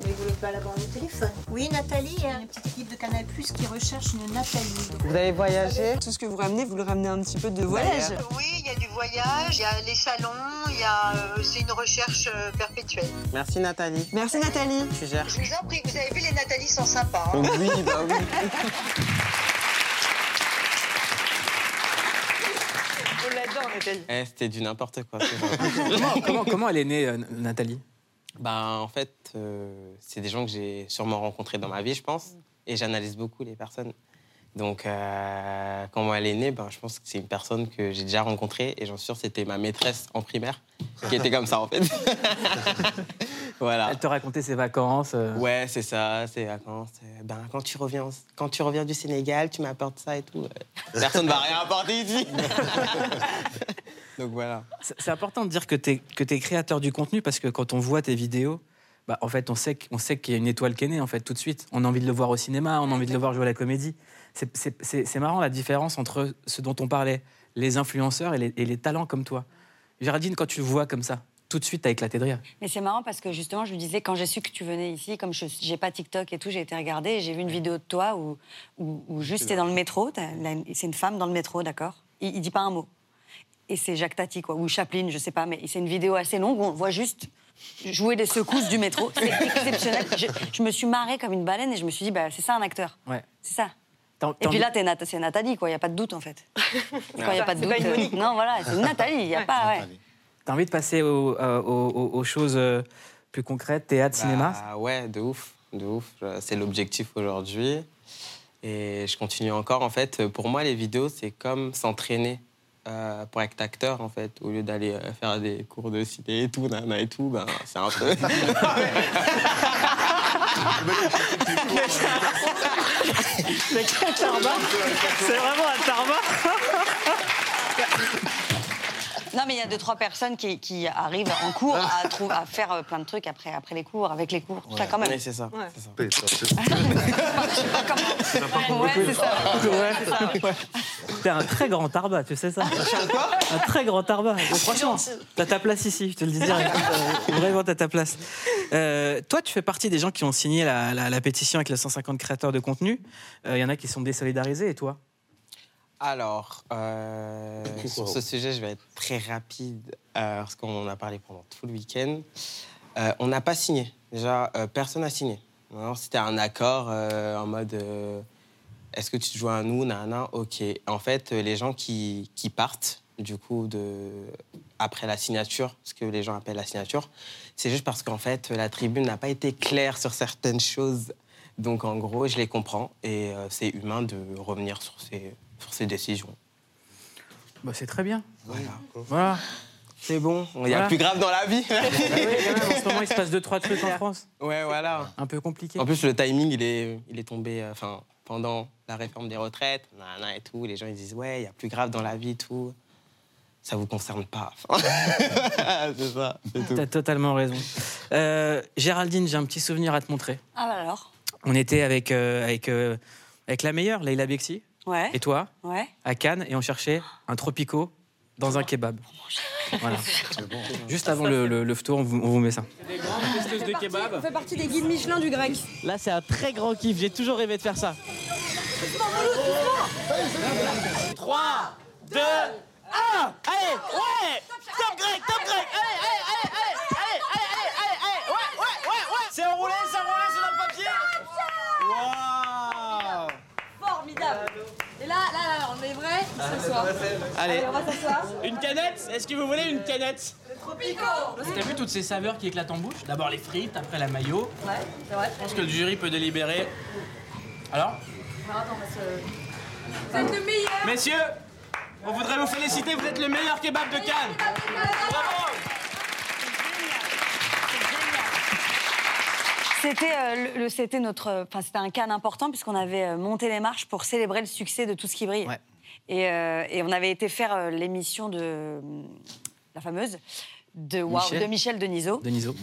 Speaker 9: Mais vous voulez pas l'avoir au téléphone
Speaker 18: Oui, Nathalie, il y a une petite équipe de Canal Plus qui recherche une Nathalie.
Speaker 17: Vous allez voyager Tout ce que vous ramenez, vous le ramenez un petit peu de voyage.
Speaker 18: Oui, il y a du voyage, il y a les salons, il y a, euh, c'est une recherche euh, perpétuelle.
Speaker 16: Merci Nathalie.
Speaker 17: Merci Nathalie.
Speaker 16: Tu gères.
Speaker 18: Je vous en prie, vous avez vu, les Nathalie sont sympas. hein.
Speaker 16: Oui, bah oui.
Speaker 17: On l'adore, Nathalie.
Speaker 16: Eh, c'était du n'importe quoi. ce
Speaker 1: comment,
Speaker 16: genre.
Speaker 1: comment- comment elle est née, euh, Nathalie
Speaker 16: Bah, en fait, euh, c'est des gens que j'ai sûrement rencontrés dans ma vie, je pense. Et j'analyse beaucoup les personnes. Donc, euh, comment elle est née, ben, je pense que c'est une personne que j'ai déjà rencontrée et j'en suis sûr c'était ma maîtresse en primaire qui était comme ça en fait. voilà.
Speaker 1: Elle te racontait ses vacances. euh,
Speaker 16: Ouais, c'est ça, c'est vacances. Euh, Ben, quand tu reviens, quand tu reviens du Sénégal, tu m'apportes ça et tout. Euh, Personne va rien apporter ici. Donc voilà.
Speaker 1: C'est c'est important de dire que tu es, que t'es créateur du contenu parce que quand on voit tes vidéos, bah, en fait, on sait, qu'- on sait qu'il y a une étoile qui est née en fait, tout de suite. On a envie de le voir au cinéma, on a envie de le voir jouer à la comédie. C'est- C'est c'est- c'est marrant la différence entre ce dont on parlait, les influenceurs et les, et les talents comme toi. Géraldine, quand tu le vois comme ça, tout de suite, t'as éclaté de rire.
Speaker 3: Mais c'est marrant parce que justement, je lui disais, quand j'ai su que tu venais ici, comme je n'ai pas TikTok et tout, j'ai été regarder et j'ai vu une vidéo de toi où, où, où juste t'es dans le métro, t'as- là, c'est une femme dans le métro, d'accord il, il dit pas un mot. Et c'est Jacques Tati, quoi, ou Chaplin, je sais pas, mais c'est une vidéo assez longue où on voit juste jouer les secousses du métro. C'est exceptionnel. Je, je me suis marrée comme une baleine et je me suis dit, bah, c'est ça un acteur,
Speaker 1: Ouais.
Speaker 3: c'est ça.
Speaker 1: T'as-
Speaker 3: Et
Speaker 1: t'as
Speaker 3: puis là,
Speaker 1: envie-
Speaker 3: t'es Nat- c'est Nathalie, quoi, il n'y a pas de doute en fait. Quand il n'y a pas de
Speaker 1: C'est
Speaker 3: doute.
Speaker 1: pas une
Speaker 3: euh,
Speaker 1: Monique.
Speaker 3: non, voilà, c'est Nathalie, il n'y a pas, ouais.
Speaker 1: T'as envie de passer au- euh, aux, aux- aux choses euh, plus concrètes, théâtre, cinéma
Speaker 16: Ah ouais, de ouf, de ouf. Euh, C'est l'objectif aujourd'hui. Et je continue encore. En fait, pour moi, les vidéos, c'est comme s'entraîner euh, pour être acteur, en fait. Au lieu d'aller euh, faire des cours de ciné et tout, nana et tout, ben, c'est un peu.
Speaker 1: Mais quel tarbat C'est vraiment un tarbat
Speaker 3: Non, mais il y a deux, trois personnes qui, qui arrivent en cours à, trou- à faire euh, plein de trucs après, après les cours, avec les cours, tout ça quand même.
Speaker 16: Oui, c'est ça.
Speaker 3: Ouais, c'est ça.
Speaker 1: Ouais. T'es un très grand tarbat, tu sais ça Un très grand tarbat. Donc, franchement, t'as ta place ici, je te le dis direct. Euh, Vraiment, t'as ta place. Euh, toi, tu fais partie des gens qui ont signé la, la- la pétition avec les 150 créateurs de contenu. Euh, Il y en a qui sont désolidarisés, et toi
Speaker 16: Alors, euh, sur ce sujet, je vais être très rapide euh, parce qu'on en a parlé pendant tout le week-end. Euh, on n'a pas signé. Déjà, euh, personne n'a signé. Alors, C'était un accord euh, en mode euh, est-ce que tu te joins à nous Nana, ok. En fait, euh, les gens qui, qui partent, du coup, de, après la signature, ce que les gens appellent la signature, c'est juste parce qu'en fait, la tribune n'a pas été claire sur certaines choses. Donc, en gros, je les comprends et euh, c'est humain de revenir sur ces, sur ces décisions.
Speaker 1: bah, C'est très bien. Voilà.
Speaker 16: C'est bon. Il y a
Speaker 1: Voilà.
Speaker 16: plus grave dans la vie.
Speaker 1: Bah oui, quand même, en ce moment, il se passe deux, trois trucs en France.
Speaker 16: Ouais, voilà.
Speaker 1: Un peu compliqué.
Speaker 16: En plus, le timing, il est, il est tombé euh, enfin, pendant la réforme des retraites, nanana et tout. Les gens, ils disent, ouais, il y a plus grave dans la vie, tout. Ça vous concerne pas. Ah, c'est ça, c'est tout.
Speaker 1: T'as totalement raison. Euh, Géraldine, j'ai un petit souvenir à te montrer.
Speaker 3: Ah bah alors
Speaker 1: On était avec, euh, avec, euh, avec la meilleure, Leïla Bexi.
Speaker 3: Ouais.
Speaker 1: Et toi
Speaker 3: Ouais.
Speaker 1: à Cannes et on cherchait un tropico dans un kebab. Voilà. Juste avant le, le, le photo, on vous, on vous met ça.
Speaker 6: Des grandes testeuses de kebab. On fait partie des guides Michelin du grec.
Speaker 19: Là, c'est un très grand kiff. J'ai toujours rêvé de faire ça.
Speaker 6: 3, 2, 1 Allez, ouais Top grec, top grec Allez, allez, allez, allez, allez, allez, allez, allez, allez Ouais, ouais, ouais, ouais C'est enroulé, c'est enroulé, c'est dans le papier Waouh Formidable Et là, là, là, on est Ah, vrai, on s'assoit.
Speaker 19: Allez.
Speaker 6: on va s'asseoir.
Speaker 19: Une canette Est-ce que vous voulez une canette
Speaker 6: Tropico
Speaker 19: T'as vu toutes ces saveurs qui éclatent en bouche D'abord les frites, après la mayo.
Speaker 6: Ouais, c'est vrai.
Speaker 19: Je pense que le jury peut délibérer. Alors
Speaker 6: Alors, Bah, attends, on va se... Vous êtes le meilleur
Speaker 19: Messieurs, on voudrait vous féliciter, vous êtes le meilleur kebab de Cannes
Speaker 3: C'était euh, le- le- c'était notre, euh, enfin c'était un can important puisqu'on avait euh, monté les marches pour célébrer le succès de tout ce qui brille. Et, euh, et on avait été faire euh, l'émission de hum, la fameuse de Wow,
Speaker 1: Michel.
Speaker 3: de Michel Denisot.
Speaker 1: Deniso.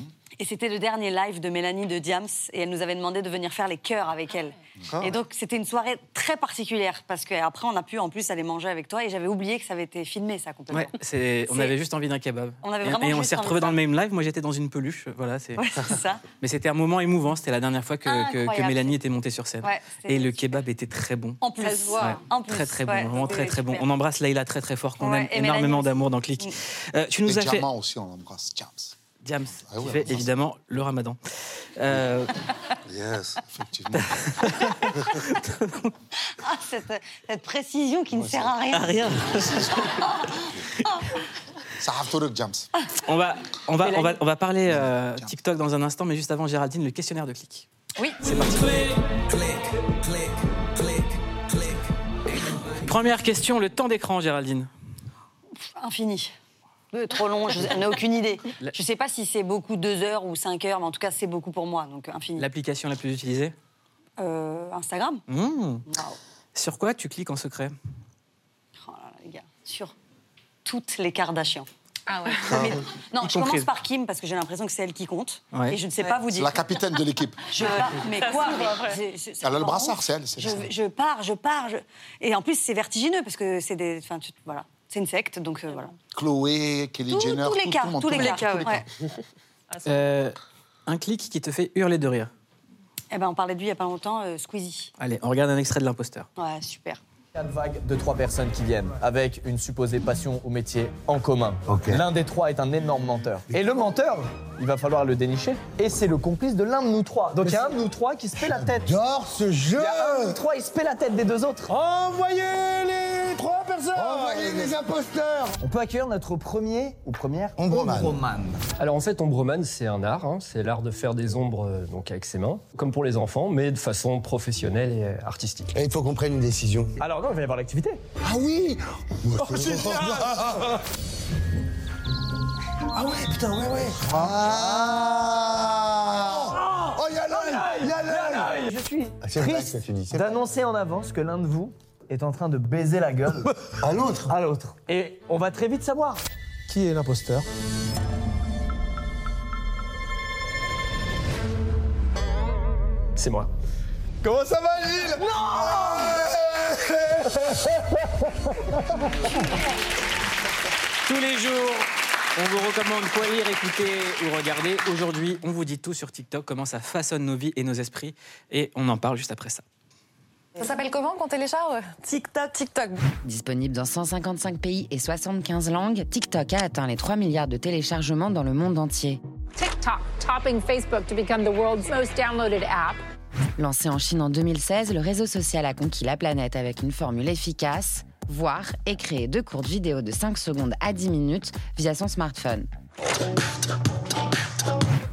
Speaker 3: Et c'était le dernier live de Mélanie de Diams et elle nous avait demandé de venir faire les chœurs avec elle.
Speaker 1: Ah.
Speaker 3: Et donc c'était une soirée très particulière parce que après on a pu en plus aller manger avec toi et j'avais oublié que ça avait été filmé ça complètement.
Speaker 1: Ouais, c'est, on
Speaker 3: C'est-
Speaker 1: avait juste envie d'un kebab.
Speaker 3: On avait
Speaker 1: Et-
Speaker 3: vraiment
Speaker 1: et, on
Speaker 3: juste
Speaker 1: s'est
Speaker 3: envie
Speaker 1: retrouvés
Speaker 3: de
Speaker 1: dans le même live. Moi, j'étais dans une peluche. Voilà, c'est...
Speaker 3: Ouais, c'est ça. Ah,
Speaker 1: Mais c'était un moment émouvant. C'était la dernière fois que, que- que
Speaker 3: Incroyable.
Speaker 1: Mélanie était montée sur scène.
Speaker 3: Ouais, c'était
Speaker 1: et le kebab était très bon.
Speaker 3: En plus,
Speaker 1: Ouais,
Speaker 3: hein. en plus,
Speaker 1: très très bon,
Speaker 3: ouais,
Speaker 1: vraiment très
Speaker 3: c'était
Speaker 1: très bon.
Speaker 3: super.
Speaker 1: On embrasse Leïla très très fort, qu'on
Speaker 3: Ouais,
Speaker 1: aime
Speaker 3: et Mélanie
Speaker 1: énormément
Speaker 3: aussi. Mm.
Speaker 1: d'amour dans Click. Euh, tu nous
Speaker 2: Et
Speaker 1: as fait
Speaker 2: Diamant aussi, on l'embrasse. James.
Speaker 1: Diams,
Speaker 2: Ah ouais,
Speaker 1: qui
Speaker 2: on
Speaker 1: fait
Speaker 2: l'embrasse.
Speaker 1: évidemment le Ramadan. Euh,
Speaker 2: Yes, effectivement.
Speaker 3: Ah, cette, cette précision qui ne sert à rien.
Speaker 1: À rien.
Speaker 2: Ça a tout le James.
Speaker 1: on va on va on va on va parler euh,
Speaker 2: Tiens.
Speaker 1: TikTok dans un instant, mais juste avant Géraldine, le questionnaire de Click.
Speaker 3: Oui.
Speaker 1: C'est parti.
Speaker 20: Click, click, click, click, click,
Speaker 1: Première question, le temps d'écran, Géraldine.
Speaker 3: Infini. Euh, trop long, je n'ai aucune idée. Je sais pas si c'est beaucoup, deux heures ou cinq heures, mais en tout cas, c'est beaucoup pour moi, donc euh, infini.
Speaker 1: L'application la plus utilisée
Speaker 3: Euh, Instagram
Speaker 1: Mmh. Sur quoi tu cliques en secret
Speaker 3: Oh là là, les gars, sur toutes les Kardashians.
Speaker 7: Ah ouais.
Speaker 3: Mais- non,
Speaker 1: Y
Speaker 3: je commence
Speaker 1: compris.
Speaker 3: par Kim parce que j'ai l'impression que c'est elle qui compte.
Speaker 2: Ouais.
Speaker 3: Et je ne sais pas vous
Speaker 2: C'est
Speaker 3: dire.
Speaker 2: la capitaine de l'équipe.
Speaker 3: Je pars, mais
Speaker 2: Ça,
Speaker 3: quoi
Speaker 2: c'est
Speaker 3: mais
Speaker 2: pas vrai.
Speaker 3: c'est- c'est- c'est
Speaker 2: Elle a Ah, le
Speaker 3: pas
Speaker 2: brassard,
Speaker 3: ouf.
Speaker 2: c'est elle, c'est
Speaker 3: Je,
Speaker 2: ça.
Speaker 3: je pars, je pars. je- Et en plus, c'est vertigineux parce que c'est des. Enfin, tu- voilà. C'est une secte, donc euh, voilà.
Speaker 2: Chloé, Kelly
Speaker 3: Tous-
Speaker 2: Jenner.
Speaker 3: tous les
Speaker 2: tout-
Speaker 3: cas,
Speaker 2: tout le monde,
Speaker 3: tous
Speaker 2: tout
Speaker 3: les
Speaker 2: le
Speaker 3: cas,
Speaker 2: monde, tous les
Speaker 3: ouais.
Speaker 1: Euh, Un clic qui te fait hurler de rire.
Speaker 3: Eh ben, on parlait de lui il n'y a pas longtemps, euh, Squeezie.
Speaker 1: Allez, on regarde un extrait de l'imposteur.
Speaker 3: Ouais, super.
Speaker 20: Quatre vagues de trois personnes qui viennent avec une supposée passion ou métier en commun. L'un des trois est un énorme menteur. Et le menteur, il va falloir le dénicher. Et c'est le complice de l'un de nous trois. Donc il y a un de nous trois qui se fait la tête. J'adore ce jeu Il y a un de nous trois, il se fait la tête des deux autres. Envoyez les trois personnes Envoyez les imposteurs On peut accueillir notre premier ou première Ombroman.
Speaker 21: Alors en fait, ombroman, c'est un art, hein. c'est l'art de faire des ombres euh, donc avec ses mains, comme pour les enfants, mais de façon professionnelle et euh, artistique. Et il faut qu'on prenne une décision. Alors non, il va y avoir l'activité.
Speaker 20: Ah oui
Speaker 21: Oh, génial
Speaker 4: Ah ouais, putain, ouais, ouais. Ah Oh, il y a l'œil, il y a l'œil.
Speaker 20: Je suis
Speaker 4: Ah, c'est vrai que tu dis,
Speaker 20: triste d'annoncer en avance que l'un de vous est en train de baiser la gueule à l'autre. À l'autre. Et on va très vite savoir.
Speaker 4: Qui est l'imposteur
Speaker 21: C'est moi.
Speaker 4: Comment ça va, Gilles Non
Speaker 1: Tous les jours, on vous recommande quoi lire, écouter ou regarder. Aujourd'hui, on vous dit tout sur TikTok, comment ça façonne nos vies et nos esprits. Et on en parle juste après ça.
Speaker 22: Ça s'appelle comment qu'on télécharge TikTok, TikTok.
Speaker 23: Disponible dans 155 pays et 75 langues, TikTok a atteint les 3 milliards de téléchargements dans le monde entier.
Speaker 22: TikTok, topping Facebook to become the world's most downloaded app.
Speaker 23: Lancé en Chine en 2016, le réseau social a conquis la planète avec une formule efficace voir et créer deux courtes vidéos de 5 secondes à 10 minutes via son smartphone.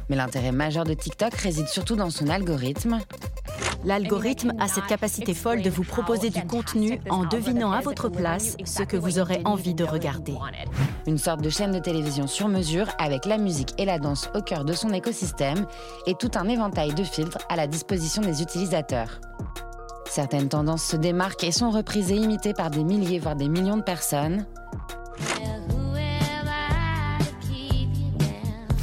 Speaker 23: Mais l'intérêt majeur de TikTok réside surtout dans son algorithme.
Speaker 24: L'algorithme a cette capacité folle de vous proposer du contenu en devinant à votre place ce que vous aurez envie de regarder.
Speaker 23: Une sorte de chaîne de télévision sur mesure avec la musique et la danse au cœur de son écosystème et tout un éventail de filtres à la disposition des utilisateurs. Certaines tendances se démarquent et sont reprises et imitées par des milliers, voire des millions de personnes.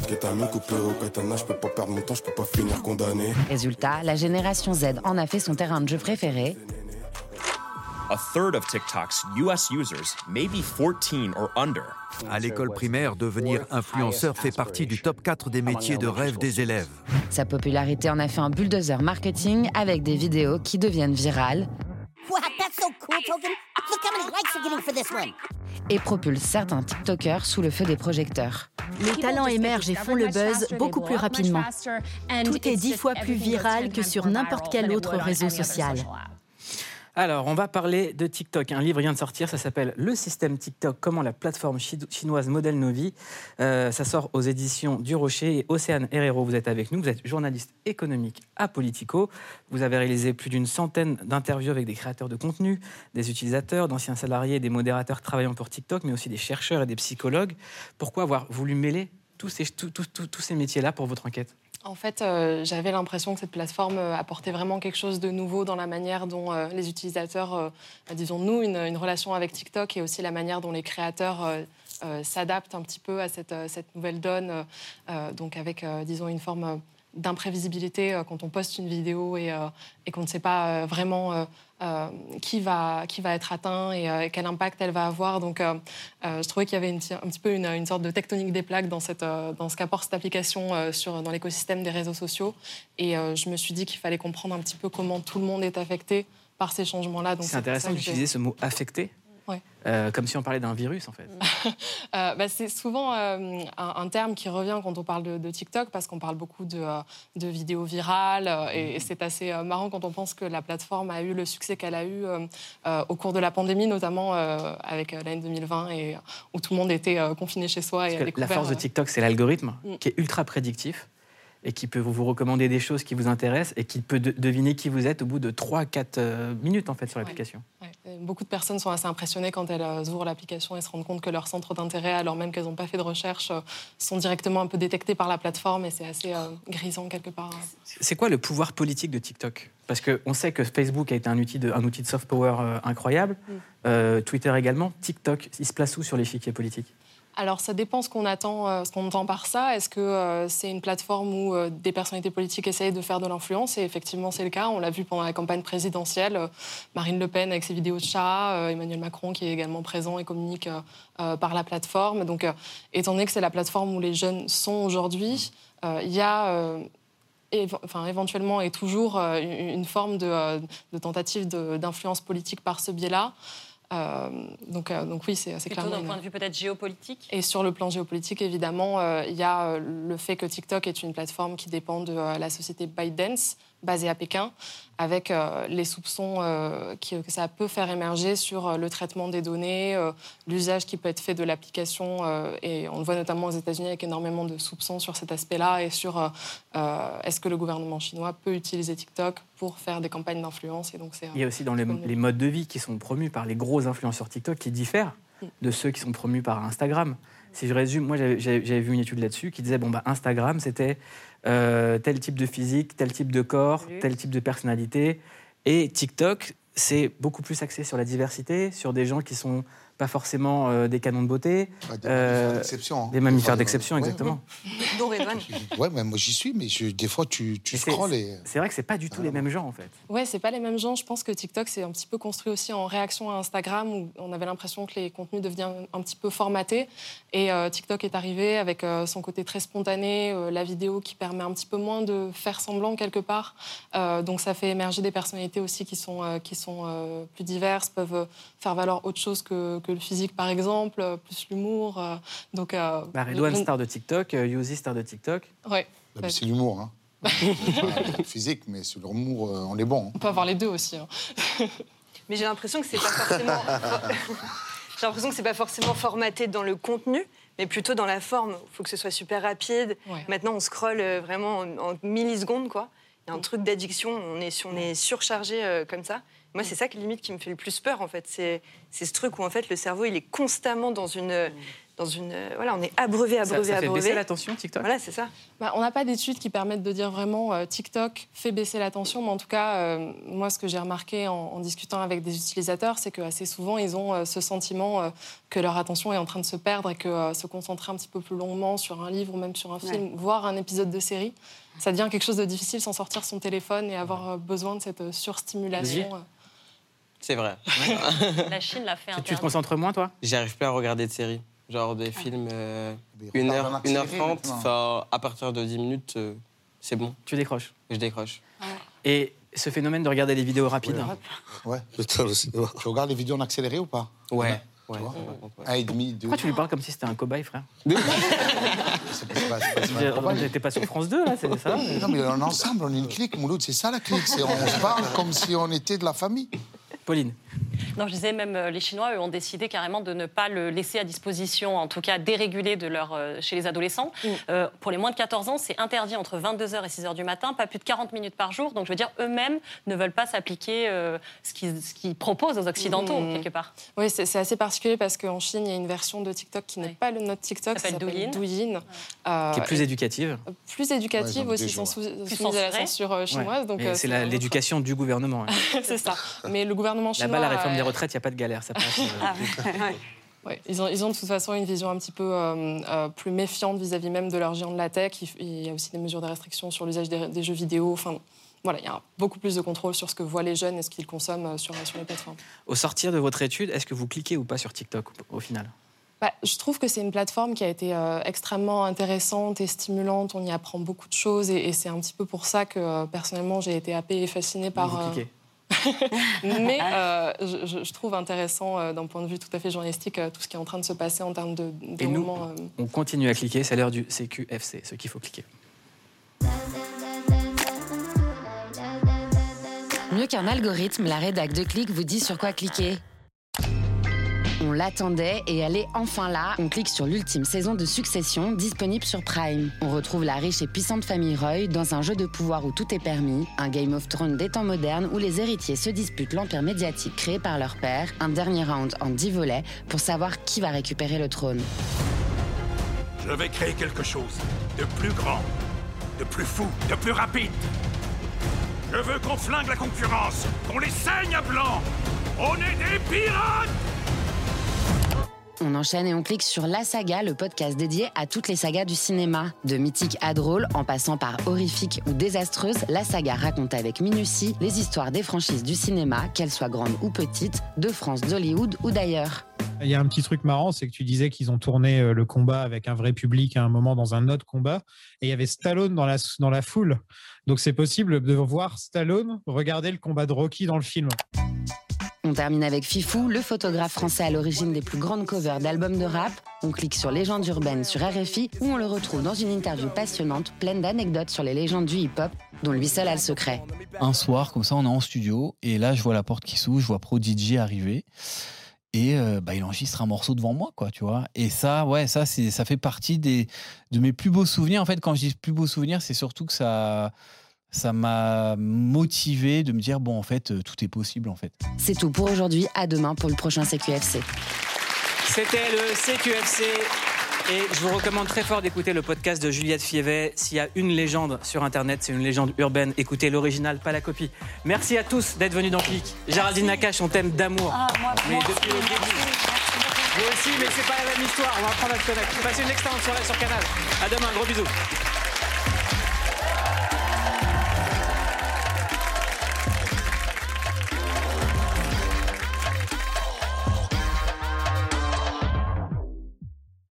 Speaker 25: Kétano coupé au katana, je peux pas perdre mon temps, je peux pas finir condamné.
Speaker 23: Résultat, la génération Z en a fait son terrain de jeu préféré
Speaker 26: A third of TikTok's US users may be 14 or under.
Speaker 27: À l'école primaire, devenir influenceur fait partie du top 4 des métiers de rêve des élèves.
Speaker 23: Sa popularité en a fait un bulldozer marketing avec des vidéos qui deviennent virales
Speaker 28: Wow, that's so cool, Token. Look how many likes you're getting for this one.
Speaker 23: et propulse certains TikTokers sous le feu des projecteurs.
Speaker 24: Les talents émergent et font le buzz beaucoup plus rapidement. Tout est dix fois plus viral que sur n'importe quel autre
Speaker 29: Ah
Speaker 24: réseau social.
Speaker 1: Alors, on va parler de TikTok. Un livre vient de sortir, ça s'appelle Le système TikTok, comment la plateforme chi- chinoise modèle nos vies. Euh, ça sort aux éditions du Rocher et Océane Herrero, vous êtes avec nous, vous êtes journaliste économique à Politico. Vous avez réalisé plus d'une centaine d'interviews avec des créateurs de contenu, des utilisateurs, d'anciens salariés, des modérateurs travaillant pour TikTok, mais aussi des chercheurs et des psychologues. Pourquoi avoir voulu mêler tous ces, tous- tous- tous- tous ces métiers-là pour votre enquête
Speaker 29: En fait, euh, j'avais l'impression que cette plateforme euh, apportait vraiment quelque chose de nouveau dans la manière dont euh, les utilisateurs, euh, bah, disons nous, une, une relation avec TikTok et aussi la manière dont les créateurs euh, euh, s'adaptent un petit peu à cette, euh, cette nouvelle donne, euh, euh, donc avec, euh, disons, une forme euh, d'imprévisibilité euh, quand on poste une vidéo et, euh, et qu'on ne sait pas euh, vraiment euh, euh, qui, va, qui va être atteint et, euh, et quel impact elle va avoir. Donc, euh, euh, je trouvais qu'il y avait une ti- un petit peu une, une sorte de tectonique des plaques dans, cette, euh, dans ce qu'apporte cette application euh, sur, dans l'écosystème des réseaux sociaux. Et euh, je me suis dit qu'il fallait comprendre un petit peu comment tout le monde est affecté par ces changements-là. Ah, Donc,
Speaker 1: C'est intéressant d'utiliser ce mot affecté,
Speaker 29: Ouais.
Speaker 1: euh, comme si on parlait d'un virus en fait.
Speaker 29: Euh, bah, c'est souvent euh, un, un terme qui revient quand on parle de, de TikTok parce qu'on parle beaucoup de, euh, de vidéos virales euh,
Speaker 1: Mmh.
Speaker 29: et, et c'est assez euh, marrant quand on pense que la plateforme a eu le succès qu'elle a eu euh, euh, au cours de la pandémie, notamment euh, avec euh, l'année 2020 et euh, où tout le monde était euh, confiné chez soi. et a
Speaker 1: Parce que la
Speaker 29: découvert,
Speaker 1: force de
Speaker 29: euh,
Speaker 1: TikTok, c'est l'algorithme
Speaker 29: Mm.
Speaker 1: qui est ultra prédictif et qui peut vous, vous recommander des choses qui vous intéressent et qui peut de- deviner qui vous êtes au bout de 3-4 minutes en fait sur l'application.
Speaker 29: Ouais. Et Beaucoup de personnes sont assez impressionnées quand elles euh, ouvrent l'application et se rendent compte que leurs centres d'intérêt, alors même qu'elles n'ont pas fait de recherche, euh, sont directement un peu détectés par la plateforme et c'est assez euh, grisant quelque part.
Speaker 1: C'est quoi le pouvoir politique de TikTok Parce qu'on sait que Facebook a été un outil de, un outil de soft power euh, incroyable,
Speaker 29: Mm.
Speaker 1: euh, Twitter également, TikTok, il se place où sur l'échiquier politique
Speaker 29: Alors, ça dépend ce qu'on attend, euh, ce qu'on entend par ça. Est-ce que euh, c'est une plateforme où euh, des personnalités politiques essayent de faire de l'influence Et effectivement, c'est le cas. On l'a vu pendant la campagne présidentielle. euh, Marine Le Pen avec ses vidéos de chat, euh, Emmanuel Macron qui est également présent et communique euh, euh, par la plateforme. Donc, euh, étant donné que c'est la plateforme où les jeunes sont aujourd'hui, euh, il y a euh, éve- enfin, éventuellement et toujours euh, une une forme de, euh, de tentative de- d'influence politique par ce biais-là. Euh, donc, euh, donc oui, c'est c'est
Speaker 7: Plutôt
Speaker 29: clairement...
Speaker 7: d'un
Speaker 29: une-
Speaker 7: point de vue peut-être géopolitique.
Speaker 29: et sur le plan géopolitique, évidemment, euh, il y a euh, le fait que TikTok est une plateforme qui dépend de euh, la société ByteDance, basée à Pékin, avec euh, les soupçons euh, qui- que ça peut faire émerger sur euh, le traitement des données, euh, l'usage qui peut être fait de l'application. euh, et on le voit notamment aux États-Unis avec énormément de soupçons sur cet aspect-là et sur euh, euh, est-ce que le gouvernement chinois peut utiliser TikTok pour faire des campagnes d'influence. Et donc c'est, euh,
Speaker 1: Il y a aussi dans les, les modes de vie qui sont promus par les gros influenceurs TikTok qui diffèrent de ceux qui sont promus par Instagram. Si je résume, moi j'avais- j'avais j'avais vu une étude là-dessus qui disait bon bah Instagram c'était euh, tel type de physique, tel type de corps, tel type de personnalité, et TikTok c'est beaucoup plus axé sur la diversité, sur des gens qui sont pas forcément euh, des canons de beauté,
Speaker 2: des
Speaker 1: euh,
Speaker 2: mammifères d'exception, hein.
Speaker 1: des mammifères d'exception exactement.
Speaker 17: Dont Redouane.
Speaker 2: Ouais, mais moi j'y suis, mais je- des fois tu, tu scrolles et. Ah.
Speaker 1: C'est vrai que c'est pas du tout les mêmes gens en fait.
Speaker 29: Ouais, c'est pas les mêmes gens. Je pense que TikTok, c'est un petit peu construit aussi en réaction à Instagram, où on avait l'impression que les contenus devenaient un petit peu formatés. Et euh, TikTok est arrivé avec euh, son côté très spontané, euh, la vidéo qui permet un petit peu moins de faire semblant quelque part. Euh, donc ça fait émerger des personnalités aussi qui sont, euh, qui sont euh, plus diverses, peuvent euh, faire valoir autre chose que, que le physique, par exemple, euh, plus l'humour. euh, donc. euh,
Speaker 1: Bah, Redouane
Speaker 29: le-
Speaker 1: star de TikTok, euh, Yousy star de TikTok.
Speaker 29: Ouais.
Speaker 2: Bah, mais c'est l'humour, hein. Pas physique, mais sur l'humour, euh, on est bon.
Speaker 29: On peut avoir les deux aussi. hein.
Speaker 17: Mais j'ai l'impression que c'est pas forcément. j'ai l'impression que c'est pas forcément formaté dans le contenu, mais plutôt dans la forme. Il faut que ce soit super rapide. Maintenant, on scrolle euh, vraiment en, en millisecondes, quoi. Il y a un truc d'addiction. On est, si on est surchargé euh, comme ça. Moi, c'est ça qui limite qui me fait le plus peur, en fait. C'est, c'est ce truc où en fait le cerveau, il est constamment dans une, dans une. euh, Voilà, on est abreuvé,
Speaker 1: Ça- ça
Speaker 17: abreuvé,
Speaker 1: fait baisser
Speaker 29: la
Speaker 17: abreuvé.
Speaker 1: l'attention, TikTok.
Speaker 17: Voilà, c'est ça.
Speaker 29: Bah, on n'a pas d'études qui permettent de dire vraiment euh, TikTok fait baisser l'attention, mais en tout cas, euh, moi, ce que j'ai remarqué en, en discutant avec des utilisateurs, c'est que assez souvent, ils ont euh, ce sentiment euh, que leur attention est en train de se perdre et que euh, se concentrer un petit peu plus longuement sur un livre ou même sur un film,
Speaker 17: Ouais.
Speaker 29: voire un épisode de série, ça devient quelque chose de difficile sans sortir son téléphone et avoir euh, besoin de cette euh,
Speaker 16: Vas-y.
Speaker 29: surstimulation. euh,
Speaker 16: C'est vrai.
Speaker 7: La Chine l'a fait
Speaker 1: Tu te
Speaker 7: interdire.
Speaker 1: concentres moins toi Ah.
Speaker 16: J'arrive plus à regarder de séries. Genre des films 1
Speaker 2: retarde
Speaker 16: heure,
Speaker 2: en
Speaker 16: une heure
Speaker 2: accéléré,
Speaker 16: 30
Speaker 2: maintenant.
Speaker 16: enfin, à partir de 10 minutes, euh, c'est bon.
Speaker 1: Tu décroches Ah
Speaker 16: Je décroche.
Speaker 1: Et ce phénomène de regarder les vidéos rapides.
Speaker 2: Ouais. Tu regardes les vidéos en accéléré ou pas
Speaker 16: Ouais.
Speaker 2: Tu vois Un et demi, deux.
Speaker 1: Pourquoi tu lui parles comme si c'était un cobaye, frère
Speaker 2: C'est pas- c'est pas- c'est pas- c'est pas-
Speaker 1: On n'était pas sur France 2, là, c'est ça
Speaker 2: Non, mais on est ensemble, on est une clique, Mouloud, c'est ça la clique. c'est- on se parle comme si on était de la famille.
Speaker 1: Pauline.
Speaker 7: Non, je disais même euh, les Chinois eux, ont décidé carrément de ne pas le laisser à disposition, en tout cas dérégulé de leur, euh, chez les adolescents.
Speaker 29: Mm.
Speaker 7: Euh, pour les moins de 14 ans, c'est interdit entre 22h et 6h du matin, pas plus de 40 minutes par jour. Donc je veux dire, eux-mêmes ne veulent pas s'appliquer euh, ce qu'ils ce qu'ils proposent aux Occidentaux,
Speaker 29: Mhm.
Speaker 7: quelque part.
Speaker 29: Oui, c'est c'est assez particulier parce qu'en Chine, il y a une version de TikTok qui n'est pas le notre TikTok,
Speaker 7: Ça
Speaker 29: ça
Speaker 7: s'appelle
Speaker 29: s'appelle
Speaker 7: Douyin.
Speaker 29: Douyin. Euh,
Speaker 1: Qui est plus
Speaker 29: et-
Speaker 1: éducative.
Speaker 29: plus éducative aussi, sont sous-
Speaker 7: Plus
Speaker 29: soumises à la
Speaker 7: censurées.
Speaker 29: censure euh, chinoise.
Speaker 1: Ouais.
Speaker 29: Donc,
Speaker 1: Mais
Speaker 29: euh,
Speaker 1: c'est la- l'éducation du gouvernement. hein.
Speaker 29: c'est ça. Mais le gouvernement chinois.
Speaker 1: Là-bas, la réforme des
Speaker 29: euh,
Speaker 1: retraites, il n'y a pas de galère, ça passe. euh.
Speaker 29: Ouais, ils, ont, ils ont de toute façon une vision un petit peu euh, euh, plus méfiante vis-à-vis même de leur géant de la tech. Il, f- il y a aussi des mesures de restriction sur l'usage des, des jeux vidéo. Enfin, voilà, il y a beaucoup plus de contrôle sur ce que voient les jeunes et ce qu'ils consomment euh, sur, sur les plateformes.
Speaker 1: Au sortir de votre étude, est-ce que vous cliquez ou pas sur TikTok au au final
Speaker 29: Bah, je trouve que c'est une plateforme qui a été euh, extrêmement intéressante et stimulante. On y apprend beaucoup de choses et, et c'est un petit peu pour ça que euh, personnellement j'ai été happée et fascinée par.
Speaker 1: Vous
Speaker 29: euh,
Speaker 1: cliquez.
Speaker 29: mais euh, je, je- je trouve intéressant euh, d'un point de vue tout à fait journalistique euh, tout ce qui est en train de se passer en termes de, de
Speaker 1: Et nous,
Speaker 29: moments, euh,
Speaker 1: On continue à cliquer, c'est l'heure du CQFC, ce qu'il faut cliquer.
Speaker 23: Mieux qu'un algorithme, la rédac de clic vous dit sur quoi cliquer. On l'attendait et elle est enfin là. On clique sur l'ultime saison de Succession, disponible sur Prime. On retrouve la riche et puissante famille Roy dans un jeu de pouvoir où tout est permis, un Game of Thrones des temps modernes où les héritiers se disputent l'empire médiatique créé par leur père, un dernier round en 10 volets pour savoir qui va récupérer le trône.
Speaker 5: Je vais créer quelque chose de plus grand, de plus fou, de plus rapide. Je veux qu'on flingue la concurrence, qu'on les saigne à blanc. On est des pirates
Speaker 23: On enchaîne et on clique sur La Saga, le podcast dédié à toutes les sagas du cinéma. De mythique à drôle, en passant par horrifique ou désastreuse, La Saga raconte avec minutie les histoires des franchises du cinéma, qu'elles soient grandes ou petites, de France, d'Hollywood ou d'ailleurs.
Speaker 8: Il y a un petit truc marrant, c'est que tu disais qu'ils ont tourné euh, le combat avec un vrai public à un moment dans un autre combat, et il y avait Stallone dans la, dans la foule. Donc c'est possible de voir Stallone regarder le combat de Rocky dans le film.
Speaker 23: On termine avec Fifou, le photographe français à l'origine des plus grandes covers d'albums de rap. On clique sur Légendes urbaines sur RFI où on le retrouve dans une interview passionnante pleine d'anecdotes sur les légendes du hip-hop dont lui seul a le secret.
Speaker 9: Un soir, comme ça, on est en studio et là, je vois la porte qui s'ouvre, je vois Prodigy arriver et euh, bah, il enregistre un morceau devant moi, quoi, tu vois. Et ça, ouais, ça, c'est, ça fait partie des, de mes plus beaux souvenirs. En fait, quand je dis plus beaux souvenirs, c'est surtout que ça, ça m'a motivé de me dire, bon, en fait, euh, tout est possible, en fait.
Speaker 23: C'est tout pour aujourd'hui, à demain pour le prochain CQFC.
Speaker 1: C'était le CQFC. Et je vous recommande très fort d'écouter le podcast de Juliette Fievet. S'il y a une légende sur Internet, c'est une légende urbaine. Écoutez l'original, pas la copie. Merci à tous d'être venus dans Clic. Géraldine Nakache, on thème d'amour.
Speaker 6: Ah, moi,
Speaker 1: Mais
Speaker 6: moi
Speaker 1: depuis le
Speaker 6: aussi,
Speaker 1: début. Vous aussi, mais c'est pas la même histoire. On va apprendre à se connaître. Passez une excellente soirée sur Canal. À demain, gros bisous.